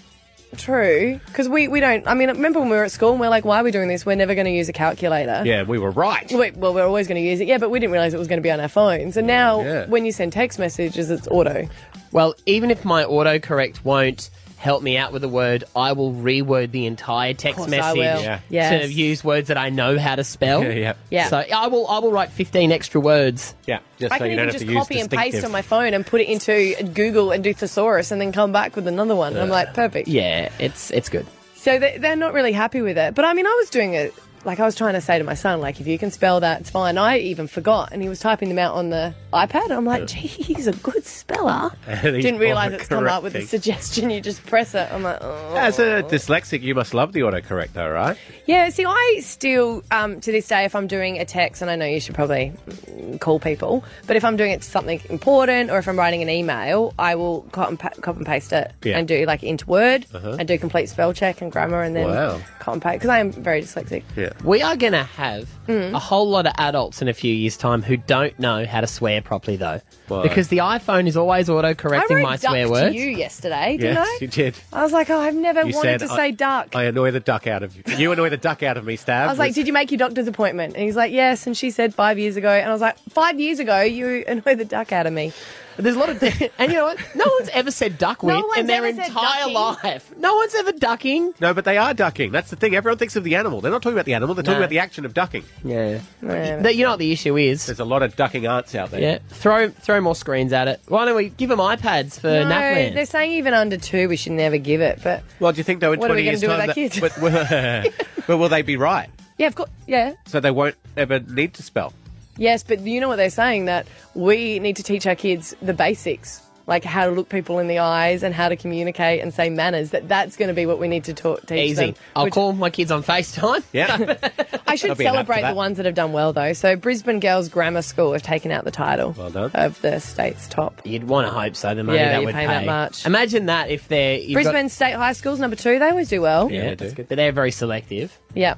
B: true because we, we don't. I mean, remember when we were at school and we are like, why are we doing this? We're never going to use a calculator.
C: Yeah, we were right.
B: Wait, well, we're always going to use it, yeah, but we didn't realize it was going to be on our phones. And now,
A: Yeah.
B: when you send text messages, it's auto.
A: Well, even if my autocorrect won't help me out with a word, I will reword the entire text
B: course I
A: message
B: will. Yeah. Yes.
A: to use words that I know how to spell.
C: Yeah, (laughs) yeah.
B: Yeah.
A: So I will I will write 15 extra words.
C: Yeah.
B: I can even just copy and paste on my phone and put it into Google and do thesaurus and then come back with another one. I'm like, perfect.
A: Yeah, it's it's good.
B: So they- they're not really happy with it. But I mean, I was doing it, like I was trying to say to my son, like, if you can spell that, it's fine. I even forgot. And he was typing them out on the iPad. I'm like, gee, he's a good speller.
C: (laughs) And he's
B: Didn't realise it's come up with a
C: autocorrecting.
B: suggestion. (laughs) You just press it. I'm like, oh.
C: As a dyslexic, you must love the autocorrect, though, right?
B: Yeah, see, I still, um, to this day, if I'm doing a text, and I know you should probably mm, call people, but if I'm doing it to something important or if I'm writing an email, I will cut and pa- copy and paste it
U: Yeah.
B: and do like into Word
A: Uh-huh.
B: and do complete spell check and grammar and then
A: Wow.
B: cut and paste because I am very dyslexic.
C: Yeah.
A: We are going to have
B: Mm.
A: a whole lot of adults in a few years' time who don't know how to swear properly, though.
C: Why?
A: Because the iPhone is always
B: I
A: autocorrecting
B: wrote
A: my
B: duck
A: swear
B: to
A: words.
B: you yesterday, didn't
C: yes,
B: I?
C: you did.
B: I was like, oh, I've never
C: You
B: wanted
C: said,
B: to
C: I-
B: say duck.
C: I annoy the duck out of you. You annoy the duck out of me, Stab.
B: I was like, did you make your doctor's appointment? And he's like, yes. And she said five years ago. And I was like, five years ago, you annoyed the duck out of me.
A: There's a lot of, (laughs) and you know what? No one's ever said duckwit
B: No one's
A: in their
B: ever said
A: entire
B: ducking.
A: life. No one's ever ducking.
C: No, but they are ducking. That's the thing. Everyone thinks of the animal. They're not talking about the animal. They're talking
A: No.
C: about the action of ducking.
A: Yeah.
C: Yeah.
A: But You know what the issue is?
C: There's a lot of ducking arts out there.
A: Yeah, throw throw more screens at it. Why don't we give them iPads for
B: no,
A: Napland?
B: they're saying even under two, we should never give it. But
C: Well, do you think though in
B: What are we
C: 20 years'
B: gonna
C: time,
B: do with
C: that- but,
B: (laughs)
C: (laughs) but will they be right?
B: yeah, of course, yeah,
C: So they won't ever need to spell.
B: yes. But you know what they're saying that we need to teach our kids the basics, like how to look people in the eyes and how to communicate and say manners. That that's going to be what we need to talk, teach
A: Easy.
B: them.
A: I'll call my kids on FaceTime.
C: Yeah.
B: (laughs) I
A: That'll
B: should
A: be enough for
B: celebrate
A: that.
B: the ones that have done well, though. So Brisbane Girls Grammar School have taken out the title of the state's top.
A: You'd want to hope so. The money
B: Yeah,
A: that
B: you
A: would
B: pay that much.
A: Imagine that if they're you've got-
B: Brisbane State High School's number two. They always do well.
A: yeah, that's good. But they're very selective.
B: Yeah.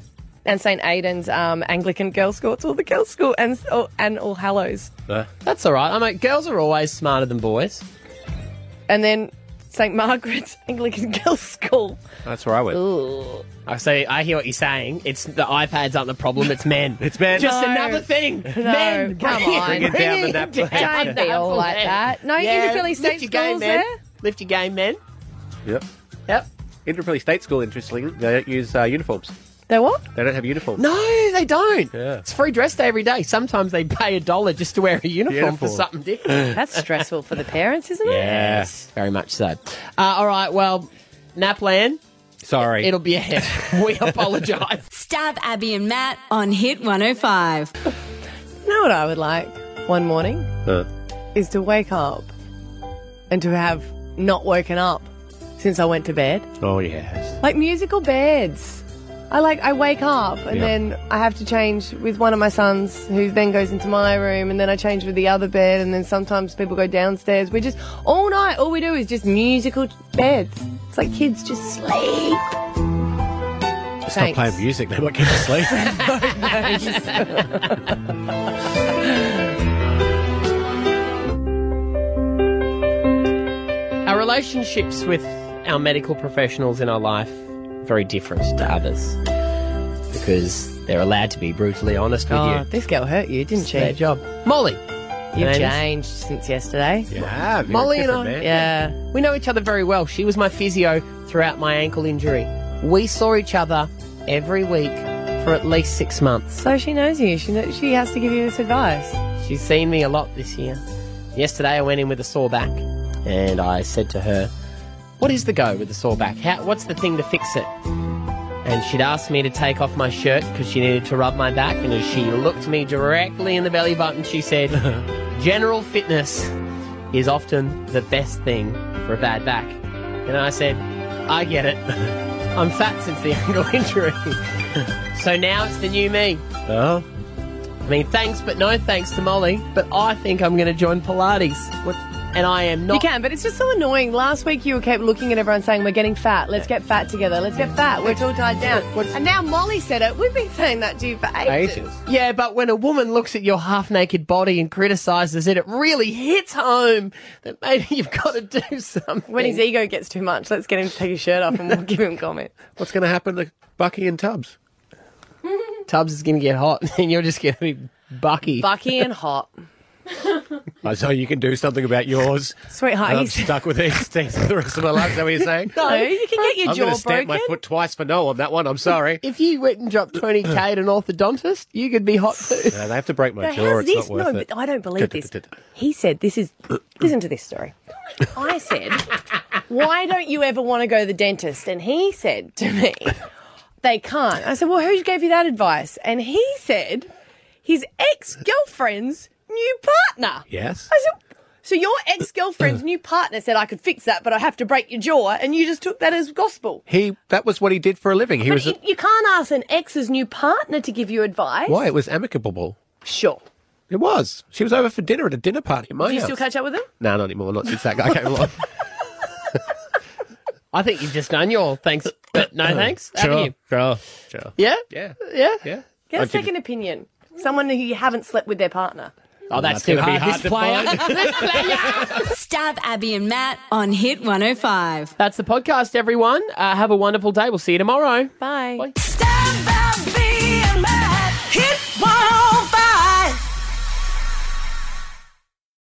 B: And St. Aidan's um, Anglican Girls' School. It's all the girls' school and, oh, and All Hallows.
A: That's all right. I mean, girls are always smarter than boys.
B: And then St. Margaret's (laughs) Anglican Girls' School.
C: That's where I went.
A: I say I hear what you're saying. It's the iPads aren't the problem. It's
B: (laughs)
A: men. it's
C: men.
A: Just
B: No.
A: another thing.
B: No,
A: men,
B: come
A: bring
B: on. Bring it down the nap plan. Don't be all like that. No, Inverpilly State
A: lift your game,
B: School's
A: men.
B: there.
A: Lift your game, men.
C: Yep.
A: Yep.
C: Indooroopilly State School, interestingly, they don't use uh, uniforms.
B: They what?
C: They don't have uniforms.
A: No, they don't.
C: Yeah.
A: It's free dress day every day. Sometimes they pay a dollar just to wear a uniform for
C: Uniform.
A: something
B: (laughs)
A: different.
B: That's stressful for the parents, isn't it?
A: Yes, very much so. Uh, all right, well, Naplan.
C: Sorry.
A: It'll be a (laughs) We apologise.
F: Stab Abby and Matt on Hit 105.
B: You know what I would like one morning?
C: Uh,
B: Is to wake up and to have not woken up since I went to bed.
C: Oh, yes.
B: Like musical beds. I like I wake up and
C: Yeah.
B: then I have to change with one of my sons who then goes into my room and then I change with the other bed and then sometimes people go downstairs. We just all night all we do is just musical beds. It's like kids just sleep.
C: Stop
B: Thanks.
C: playing music. They might get to
B: (laughs)
C: sleep.
A: Our relationships with our medical professionals in our life very different to others because they're allowed to be brutally honest with
B: Oh,
A: you.
B: this girl hurt you, didn't
A: It's
B: she?
A: their job. Molly.
B: You've
A: Her name is-
B: changed since yesterday. Uh,
C: Yeah,
A: Molly and I,
B: Yeah.
A: we know each other very well. She was my physio throughout my ankle injury. We saw each other every week for at least six months.
B: So she knows you. She kn she has to give you this advice.
A: She's seen me a lot this year. Yesterday, I went in with a sore back, and I said to her, "What is the go with the sore back? How, what's the thing to fix it?" And she'd asked me to take off my shirt because she needed to rub my back. And as she looked me directly in the belly button, she said, "General fitness is often the best thing for a bad back." And I said, "I get it. (laughs) I'm fat since the (laughs) ankle injury, so now it's the new me."
C: Oh.
A: I mean, thanks, but no thanks to Molly. But I think I'm going to join Pilates. What- And I am not.
B: You can, but it's just so annoying. Last week you kept looking at everyone saying, We're getting fat. Let's get fat together. Let's get fat. We're all tied down. And now Molly said it. We've been saying that to you for ages.
A: Yeah, but when a woman looks at your half naked body and criticises it, it really hits home that maybe you've got to do something.
B: When his ego gets too much, let's get him to take his shirt off and we'll (laughs) give him comments.
C: What's going to happen to Bucky and Tubbs?
A: Tubbs is going to get hot (laughs) and you're just going to be Bucky.
B: Bucky and hot.
C: I so you can do something about
B: (laughs)
C: yours.
B: Sweetheart,
C: And I'm
B: he's-
C: stuck with these things for the rest of my life. Is that what you're saying?
B: (laughs) No, you can get your
C: I'm
B: jaw
C: to stamp my
B: broken.
C: foot twice for no on that one. I'm
B: (laughs)
C: sorry. Uh,
A: If you went and dropped 20k at an orthodontist, you could be hot too.
C: No, they have to break my
B: Now,
C: jaw.
B: how's
C: It's not
B: this?
C: worth
B: No,
C: it.
B: but I don't believe this. He said,
C: (clears throat)
B: This is. Listen to this story. I said, Why don't you ever want to go to the dentist? And he said to me, They can't. I said, Well, who gave you that advice? And he said, His ex girlfriend's new partner.
C: Yes.
B: I said, So your ex girlfriend's new partner said, I could fix that, but I have to break your jaw. And you just took that as gospel.
C: He. That was what he did for a living. He
B: but
C: was.
B: you, you can't ask an ex's new partner to give you advice.
C: why? It was amicable.
B: Sure.
C: It was. She was over for dinner at a dinner party at my
B: Do you
C: house.
B: still catch up with him?
C: no, not anymore. Not since that guy came
B: (laughs)
C: along.
A: I think you've just done your thanks, but no thanks. haven't
C: Sure,
A: you?
C: sure, sure.
A: Yeah?
C: Yeah.
A: Yeah?
C: Yeah.
B: Get
C: I
B: a
C: did-
B: second opinion. Someone who you haven't slept with their partner.
A: Oh, that's
C: That's
A: too
C: gonna be
A: hard.
C: hard
A: this
C: to
A: player.
F: Stab Abby and Matt on Hit 105.
A: (laughs) That's the podcast, everyone. Uh, have a wonderful day. We'll see you tomorrow.
B: Bye.
F: Stab Abby and Matt. Hit 105.